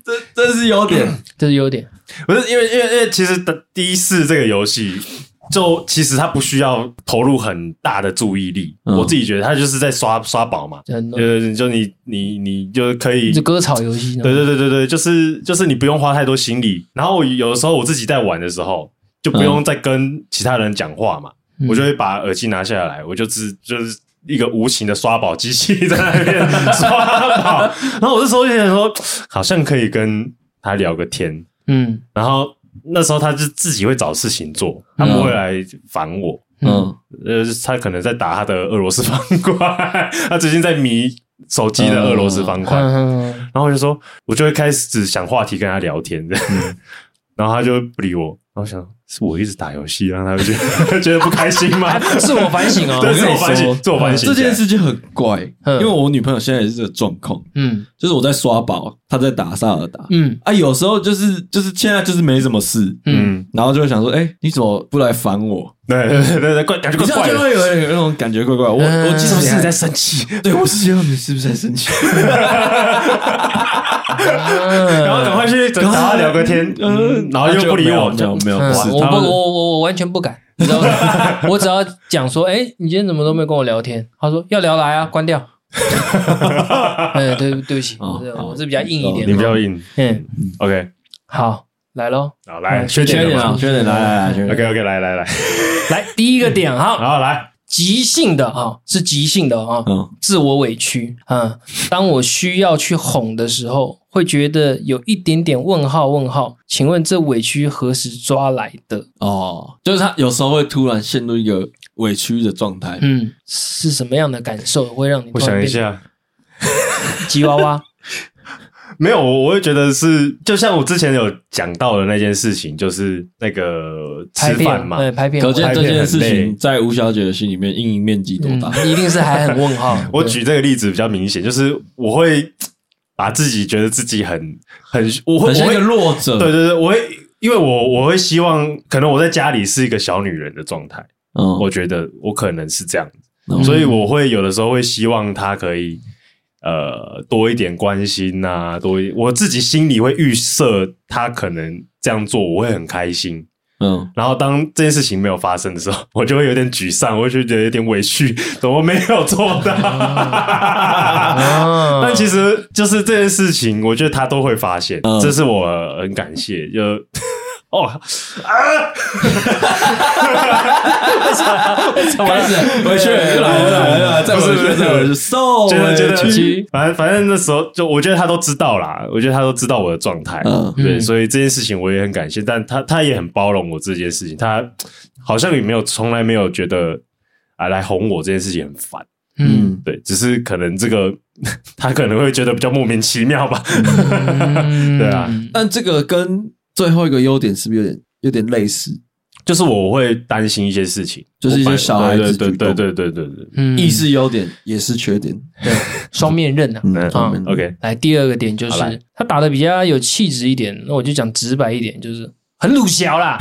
A: 这这是有点，
C: 这是优点。
B: 不是因为因为因为其实的第四这个游戏，就其实它不需要投入很大的注意力，
A: 嗯
B: 我自己觉得它就是在刷刷宝嘛，
C: 真的，
B: 呃，就你你你就可以
C: 这割草游戏呢？
B: 对对对对对，就是就是你不用花太多心力。然后我有的时候我自己在玩的时候，就不用再跟其他人讲话嘛，
C: 嗯
B: 我就会把耳机拿下来，我就只就是。一个无情的刷宝机器在那 边刷宝，然后我这时候就想说，好像可以跟他聊个天，
C: 嗯
B: 然后那时候他是自己会找事情做，他不会来烦我。
C: 嗯
A: 嗯
B: 呃，他可能在打他的俄罗斯方块， 他最近在迷手机的俄罗斯方
C: 嗯
B: 块。
C: 嗯，
B: 然后我就说，我就会开始想话题跟他聊天的， 然后他就不理我。然后我想，是我一直打游戏让他觉得 觉得不开心吗？
C: 自我反省 哦
B: 对，
A: 我跟
B: 自
A: 你
B: 我反
A: 说
B: 省，自我反
A: 这
B: 省。
A: 件，事情很怪，因
C: 嗯
A: 为我女朋友现在也是这个状况，
C: 嗯
A: 就是我在刷宝，她在打萨尔达，
C: 嗯
A: 啊，有时候就是就是现在就是没什么事，
C: 嗯，
B: 嗯，
A: 然后就会想说，哎、你怎么不来烦我？
B: 对对对对，怪感觉
A: 你
B: 怪
A: 这
B: 怪
A: 样就
B: 的。
A: 会有有那种感觉怪怪。我
C: 嗯
A: 我其
B: 是不
A: 实
B: 是
A: 还
B: 在生气？
A: 对我是觉得你是不是在生气？
B: 然后赶快去找他聊个天，嗯，然后又不理我，
A: 没有没有
C: 嗯
A: 没有，不是
C: 我
A: 他
C: 不
A: 们
C: 我我我完全不敢，你知道吗？ 我只要讲说，哎、你今天怎么都没有跟我聊天？他说要聊来啊，关掉。 哎，对对不起，
A: 哦
C: 我是
A: 好
C: 我是比较硬一
B: 哦
C: 点
B: 你
C: 的。
B: 比较硬。
C: 嗯，
B: OK，
C: 好，来喽，
B: 好来，
C: 嗯
B: 缺
A: 缺点
B: 点 了
A: 啊，
B: 吗
A: 缺点，来来来，缺点
B: OK OK，来来来，
C: 来第一个点哈，
B: 好来，
C: 即兴的啊，是即兴的啊，
A: 嗯
C: 自我委屈啊。当我需要去哄的时候，会觉得有一点点问号问号，请问这委屈何时抓来的？
A: 哦，就是他有时候会突然陷入一个委屈的状态，
C: 嗯，是什么样的感受会让你？
B: 我想一，下，
C: 吉娃娃，
B: 没有，我我会觉得是，就像我之前有讲到的那件事情，就是那个
C: 拍
B: 吃
C: 片
B: 饭嘛，
C: 对，拍片
A: 可
C: 完，
A: 见这件事
B: 拍片很累
A: 情在吴小姐的心里面阴影面积多大？
C: 嗯一定是还很问
B: 。
C: 号
B: 我举这个例子比较明显，就是我会把自己觉得自己很很，我
A: 很
B: 会我
A: 像一
B: 会
A: 个弱者，
B: 对对对，我会。因为我我会希望，可能我在家里是一个小女人的状态，
A: 嗯
B: 我觉得我可能是这样子，
A: 嗯
B: 所以我会有的时候会希望她可以呃多一点关心呐、多一我自己心里会预设她可能这样做，我会很开心，
A: 嗯，
B: 然后当这件事情没有发生的时候，我就会有点沮丧，我会觉得有点委屈，怎么没有做到？
C: 啊
B: 但其实就是这件事情，我觉得他都会发现，
A: 嗯
B: 这是我很感谢。就哦啊，
A: 开始委屈又来了来了，来了再委
B: 不是不
A: 屈
B: 是
A: 再委屈，so
B: 觉得觉
A: 委
B: 得
A: 屈，，
B: 反正反正那时候就我觉得他都知道啦，我觉得他都知道我的状态，
A: 嗯
B: 对，
C: 嗯
B: 所以这件事情我也很感谢，但他他也很包容我这件事情，他好像也没有从来没有觉得啊来哄我这件事情很烦。
C: 嗯，
A: 嗯，
B: 对，只是可能这个 他可能会觉得比较莫名其妙吧。
C: 嗯
B: 对啊，
A: 但这个跟最后一个优点是不是有点有点类似？
B: 就是我会担心一些事情，
A: 就是一些
B: 我反
A: 小孩子
B: 对
A: 举
B: 对
A: 动
B: 对对对对对。
C: 嗯
A: 亦是优点，也是缺点。
C: 对双面刃啊。
A: 嗯
B: 嗯
A: 上面
B: OK，
C: 来，第二个点就
B: 好来
C: 是他打的比较有气质一点，那我就讲直白一点，就是很鲁小 啦。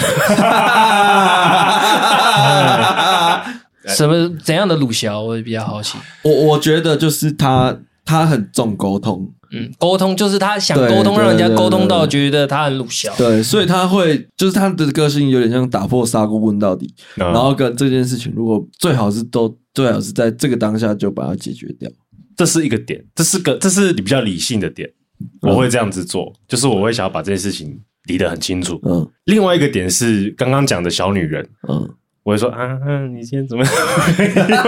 B: 嗯
A: 哎
C: 什么怎样的鲁小，我也比较好奇。
A: 我我觉得就是他，他很重沟通，
C: 嗯，沟通就是他想
A: 对
C: 沟通，
A: 对
C: 让人家
A: 对
C: 沟
A: 对
C: 通到
A: 对
C: 觉得他很鲁小。
A: 对，所以他会就是他的个性有点像打破砂锅问到底，
B: 然
A: 然后跟这件事情，如果最好是都最好是在这个当下就把它解决掉。
B: 这是一个点，这是个这是比较理性的点，
A: 嗯
B: 我会这样子做，就是我会想要把这件事情理得很清楚。
A: 嗯
B: 另外一个点是刚刚讲的小女人，
A: 嗯，
B: 我会说啊，啊你今天怎么 样？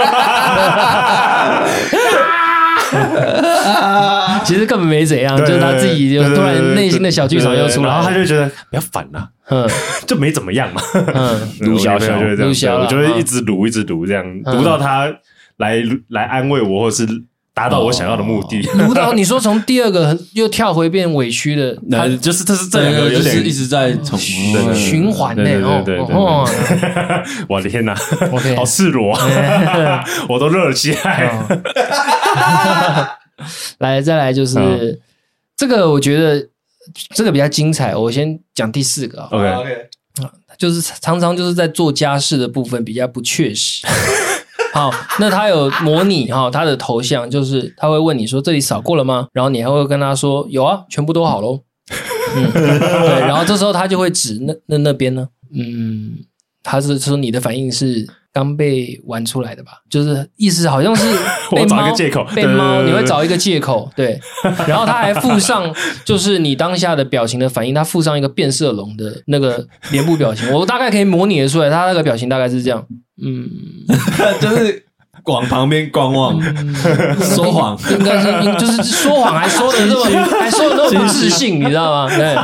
C: 其实根本没怎样，
B: 对
C: 就
B: 对
C: 是他自己就
B: 对对
C: 突然
B: 对对
C: 内心的小剧场又出来了，
B: 然后他就觉得不要烦啦，
C: 嗯
B: 就没怎么样 嘛。
C: 嗯
A: 撸小小
B: 我女朋友就
C: 撸
B: 会这
C: 小嗯
B: 样，
C: 啦
B: 对我就会一直撸，一直撸，这样撸到他来来安慰我，或是达到我想要的目的。
C: 卢导，你说从第二个又跳回变委屈的，
B: 那
C: 他
B: 就是这是这两个有
A: 就是
B: 点
A: 一直在重复
B: 对对对
C: 循环呢、
B: 对
C: 哦
B: 对对对对
C: 哦，
B: 我的天 哪，
C: OK
B: 好赤裸 啊，我都热了起来。
C: 哦 来，再来就是、
B: 嗯
C: 这个，我觉得这个比较精彩。我先讲第四个啊、
B: OK，
C: 就是常常就是在做家事的部分比较不确实。 好，那他有模拟哈、他的头像就是他会问你说这里扫过了吗？然后你还会跟他说有啊，全部都好喽。 嗯，对，然后这时候他就会指那那那边呢，嗯，他是说你的反应是刚被玩出来的吧，就是意思好 像是被
B: 我找一
C: 猫
B: 个借口对
C: 被
B: 对
C: 猫
B: 对
C: 你
B: 对
C: 会
B: 对
C: 找一个借口，对，然后他还附 上就是你当下的表情的反应，他附上一个变色龙的那个脸部表情，我大概可以模拟的出来，他那个表情大概是这样，嗯，
A: 就是往旁边观望，说谎。
C: 嗯应该是应就是说谎还说的那 么还说的那么不自信，你知道吗？对，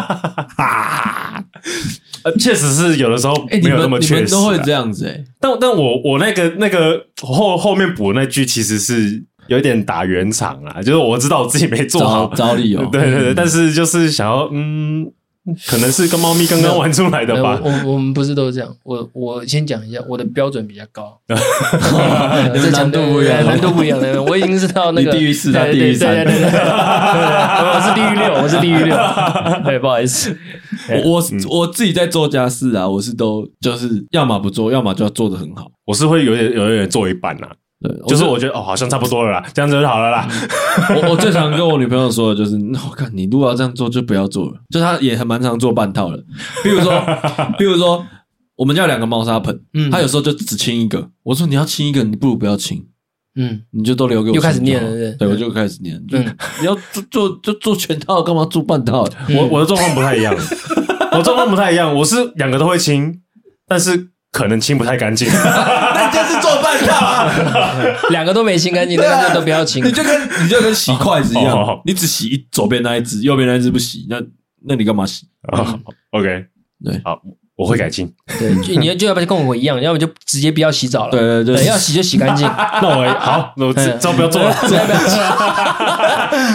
B: 呃，确实是有的时候
A: 哎，
B: 没
A: 你
B: 有那
A: 们
B: 么
A: 你
B: 确
A: 们
B: 实、
A: 都会
B: 啊。
A: 这样子哎，
B: 但但我我那个那个后后面补的那句其实是有点打圆场啦，就是我知道我自己没做
A: 找
B: 好，
A: 找理由。
B: 对对对，但是就是想要嗯，可能是跟猫咪刚刚玩出来的吧。
C: 我我我们不是都这样。我我先讲一下，我的标准比较高，
A: 你们哦
C: 这
A: 难度不一样
C: 难度不一样。对我已经是到那个
A: 你地狱四他
C: 对
A: 地狱三
C: 对对对对对对对对我是地狱六，我是地狱 六。对，不好意思，
A: 我我我自己在做家事啊，我是都就是要么不做，要么就要做的很好。
B: 我是会有点有点做一半啦，
A: 对，
B: 就是我觉得哦，好像差不多了啦，这样子就好了啦。
A: 我我最常跟我女朋友说的就是， 那我看你如果要这样做，就不要做了。就她也还蛮常做半套的，比如说，比如说我们家有两个猫砂盆，
C: 嗯
A: 她有时候就只清一个。我说你要清一个，你不如不要清，
C: 嗯，
A: 你就都留给我清
C: 又
A: 就好。
C: 开始念了对
A: 对我就开始念，就
C: 嗯
A: 你要做做就做全套，干嘛做半套？
B: 我我的状况不太一样，我状况不太一样，我是两个都会清，但是可能清不太干净。
A: 那你就是做半套啊，
C: 两个都没清干净，那干脆都不要清
A: 你。就跟你就跟洗筷子一
B: 哦哦
A: 样
B: 哦，
A: 你只洗一左边那一只，右边那一只不洗，那那你干嘛洗？
B: 哦 OK，
A: 对
B: 好，我会改进。
C: 对，就你就要不然就跟我一样，要不就直接不要洗澡了。
A: 对对对
C: 要洗就洗干净。
B: 那我也好，那我知
C: 嗯
B: 知道不要做了。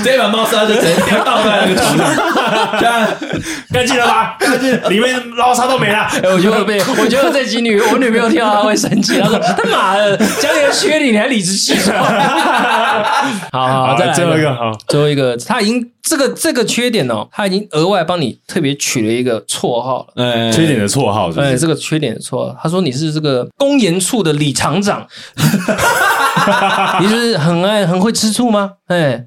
A: 这把猫砂就直接掉到那个床 上，
B: 干净了吧？干净，里面捞沙都没了。
C: 哎、我觉得我被，我觉得这集女我女朋友听到她会生气，她说：“他妈的，讲你的缺点你还理直气壮。” 好好好，再来
B: 最后一个，好，
C: 最后一个，他已经这个这个缺点哦，他已经额外帮你特别取了一个绰号了。
A: 哎
B: 缺点的绰号是不
C: 哎，
B: 是？
C: 这个缺点的错，他说你是这个公研处的李厂长， 你是很爱很会吃醋吗？哎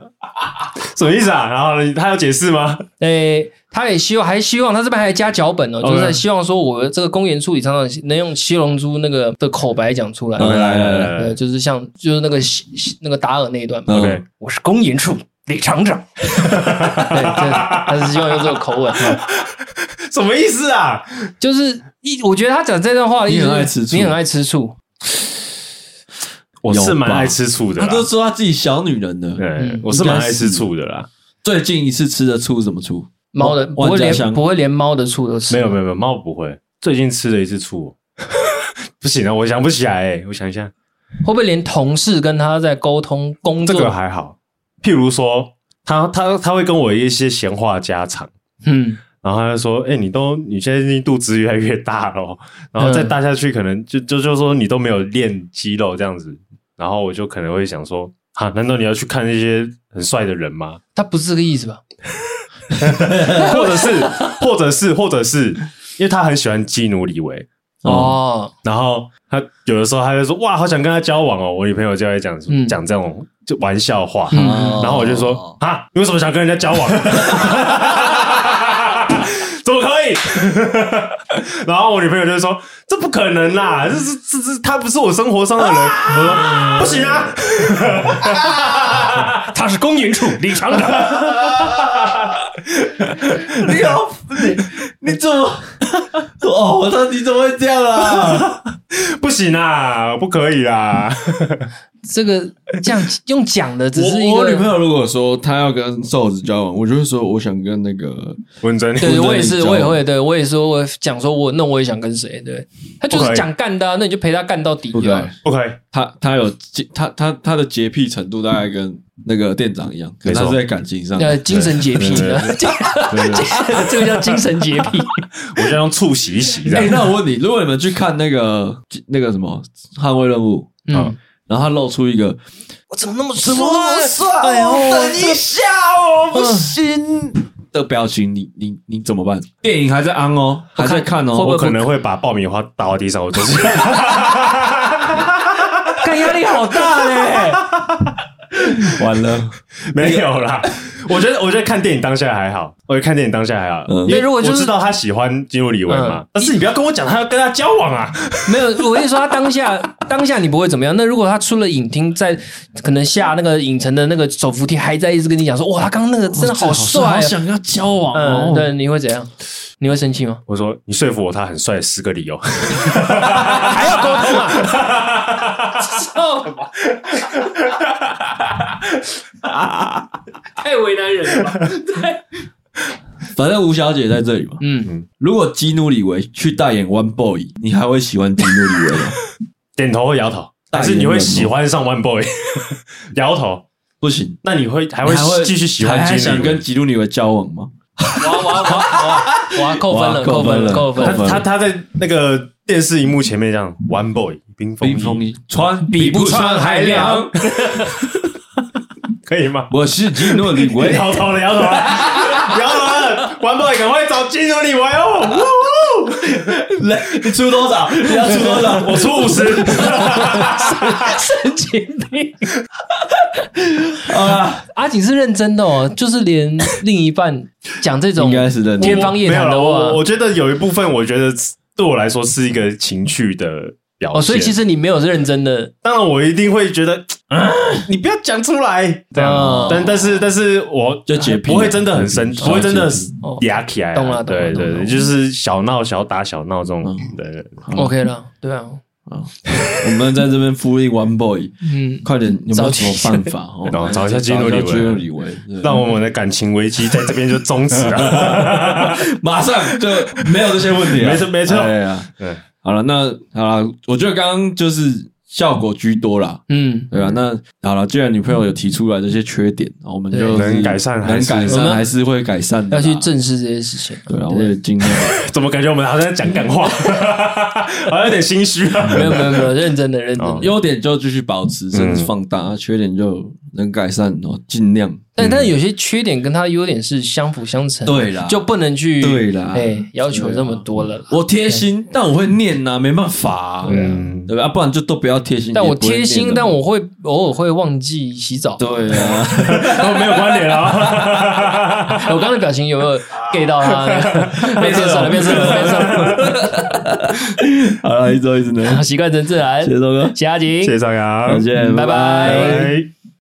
B: 什么意思啊？然后呢他要解释吗？
C: 哎，他也希望还希望他这边还加脚本哦，就是
B: OK
C: 希望说我这个公研处李厂长能用七龙珠那个的口白讲出来。
B: 嗯
A: OK 来来来
C: 呃，就是像就是那个西西那个达尔那一段嘛，
A: 嗯
B: OK，
C: 我是公研处李 厂长，对，这他是希望用这个口吻，
B: 什么意思啊？
C: 就是一我觉得他讲这段话的意思，
A: 你很爱吃醋
C: 你很爱吃醋，
B: 我是蛮
A: 有吧
B: 爱吃醋的
A: 他
B: 啦，
A: 都说他自己小女人的。
B: 对
C: 嗯，
B: 我是蛮爱吃醋的啦。
A: 最近一次吃的醋怎么醋？
C: 猫的
A: 哦万
C: 不会
A: 万家
C: 连
A: 香
C: 不会连猫的醋都吃，
B: 没有没有没有，猫不会。最近吃了一次醋，不行啊，我想不起来欸。我想一下，
C: 会不会连同事跟他在沟通工
B: 这
C: 作？
B: 个还好。譬如说，他他他会跟我一些闲话家常。
C: 嗯，
B: 然后他就说：“哎、你都你现在肚子越来越大了，哦然后
C: 嗯
B: 再大下去，可能就就就说你都没有练肌肉这样子。”然后我就可能会想说：“啊，难道你要去看那些很帅的人吗？
C: 他不是这个意思吧？
B: 或者是，或者是，或者是，因为他很喜欢基努里维，
C: 哦，
B: 然后他有的时候他就说：‘哇，好想跟他交往哦。’我女朋友就会讲、
C: 嗯
B: 讲这种就玩笑话，
C: 嗯
B: 然后我就
C: 哦
B: 说：‘啊，你为什么想跟人家交往？’ 怎么可以？ 然后我女朋友就说：“这不可能啦，这是这是他不是我生活上的人。我说：“不行啊，
C: 他是公营处李厂长，
A: 你好， 你你怎么？ 哦，我说你怎么会这样啊？
B: 不行啊，不可以啊。
C: 这个这样用讲的 只是一
A: 我我女朋
C: 个。
A: 友如果说她要跟瘦子交往，我就会说我想跟那个，
B: 文珍，
C: 对，
A: 我
C: 我也是，
A: 我
C: 我也会，对我也说，我讲说我，那我也想跟谁，对他就
B: 不可
C: 是
B: 以
C: 讲干的啊，那你就陪他干到底
A: 不
C: 啊
A: 对，，
B: 不可以，
A: 她她有洁她她她的洁癖程度大概跟那个店长一样，可
B: 没
A: 是她
B: 错
A: 是在感情上。
C: 呃，精神洁癖
B: 对
C: 的，这个叫精神洁 癖。
B: 我就用醋洗一洗这
A: 哎，
B: 样。
A: 那我问你，如果你们去看那个那个什么《捍卫任务》，
C: 嗯，
A: 然后他露出一个
C: 我怎么那么哎
A: 怎么那么帅？我等一下，哦我不
C: 嗯
A: 行的表情，你你你怎么办？电影还在安哦，还在看哦，
C: 会不
B: 我
A: 我
B: 可能会把爆米花倒到地上，我就是
C: 看压力好大嘞！
A: 完了，
B: 没有啦。 我觉得，我觉得看电影当下还好，我觉得看电影当下还好，
A: 嗯
B: 因为
C: 那如果就是
B: 我知道他喜欢金入李维嘛
C: 嗯，
B: 但是你不要跟我讲他要跟他交往啊，
C: 没有，我跟你说，他当下当下你不会怎么样。那如果他出了影厅，在可能下那个影城的那个手扶梯，还在一直跟你讲说，哇，他刚刚那个真的好帅、
A: 好
C: 啊，
A: 想要交往哦
C: 嗯，。对，你会怎样？你会生气吗？
B: 我说你说服我他很帅的十个理由，
C: 还要沟通啊？操！太为难人了吧？
A: 反正吴小姐在这里嘛。
C: 嗯，
A: 如果基努里维去代言 One Boy，你还会喜欢基努里维 吗？
B: 点头或摇头，
A: 大
B: 但
A: 眼
B: 是你会
A: 人
B: 喜欢上 One Boy，摇头，
A: 不行，
B: 那你会还
A: 还会
B: 继续喜
A: 还
B: 欢
A: 还
B: 金
A: 想
B: 立
A: 跟
B: 伟？
A: 基努里维交往吗？
C: 我要我要我要我要我要扣分了，
A: 哇
C: 扣分了，扣
A: 扣
C: 分
A: 分
B: 他
A: 了
C: 了。
B: 他他在那个电视荧幕前面这样 One Boy 冰封
A: 冰
B: 衣
A: 封衣穿
C: 比不穿还凉。
B: 可以吗？
A: 我是基努里 维，
B: 摇头了，摇头了， 摇头了！One Boy 赶快找金入李维哦！
A: 你出多少？你要出多少？
B: 我出五十，
C: 神经病啊！阿锦是认真的哦，就是连另一半讲这种
A: 应该是认真
C: 天方夜谭
B: 没
C: 的
B: 有啦我
C: 话
B: 我，觉得有一部分，我觉得对我来说是一个情趣的表现。
C: 哦，所以其实你没有是认真的，
B: 当然我一定会觉得，你不要讲出来这样。
C: 哦
B: 但但是但是我
A: 就洁癖
B: 不会真的很生，
A: 洁癖
B: 不会真的
A: 洁癖
C: 哦
B: 嗲起来啊。
C: 懂了懂了
B: 对
C: 懂了
B: 对
C: 懂
B: 对，
C: 了
B: 就是小闹小打小闹这种。对对，对
C: OK 了，对啊，
A: 我们在这边呼应 One Boy，
C: 嗯，
A: 快点，有没
C: 找
A: 有
C: 基
A: 什
C: 努
A: 么办法？
B: 找
A: 哦，
B: 哎找一下基努里维
A: 基努里维，对
B: 让我们的感情危机在这边就终止了。
A: 马上就没有这些问题了。
B: 没错没错
A: 哎呀，
B: 对，
A: 好了，那好了，我觉得刚刚就是效果居多啦。
C: 嗯，
A: 对啊，那好了，既然女朋友有提出来这些缺点，哦我们就
B: 对
A: 是
B: 嗯能改善还
A: 能
B: 是
A: 改
C: 我
A: 善
C: 们
A: 还是会改善的
C: 要
A: 啦，
C: 去正视这些事情。
A: 对啊，我也尽量。
B: 怎么感觉我们好像在讲干话， 好像有点心虚啊。
C: 没有没有没有，认真的认真的
B: 哦。
A: 优点就继续保持，甚至放大；啊缺点就能改
B: 嗯
A: 善哦，尽量。
C: 但但有些缺点跟他的优点是相辅相成，
A: 嗯对啦
C: 就不能去
A: 对啦啊
C: 哎，要求这么多了啦。
A: 我贴心，但我会念呐，没办法啊，对
B: 嗯，
A: 吧？啊不然就都不要贴心。
C: 但我
A: 嗯也不会
C: 贴心，
A: 念的啊
C: 但我会偶尔会忘记洗澡。
A: 对啊，
B: 都没有关联啊。
C: 我刚刚的表情有没有 get 到他？ 变色了，变色了，变色了，
A: 好了，一周一直能，
C: 习惯成自然
A: 谢谢。周哥，
C: 谢谢阿锦，
B: 谢谢张
A: 再
B: 扬，
A: 见，
C: 拜拜
A: 拜
B: 拜。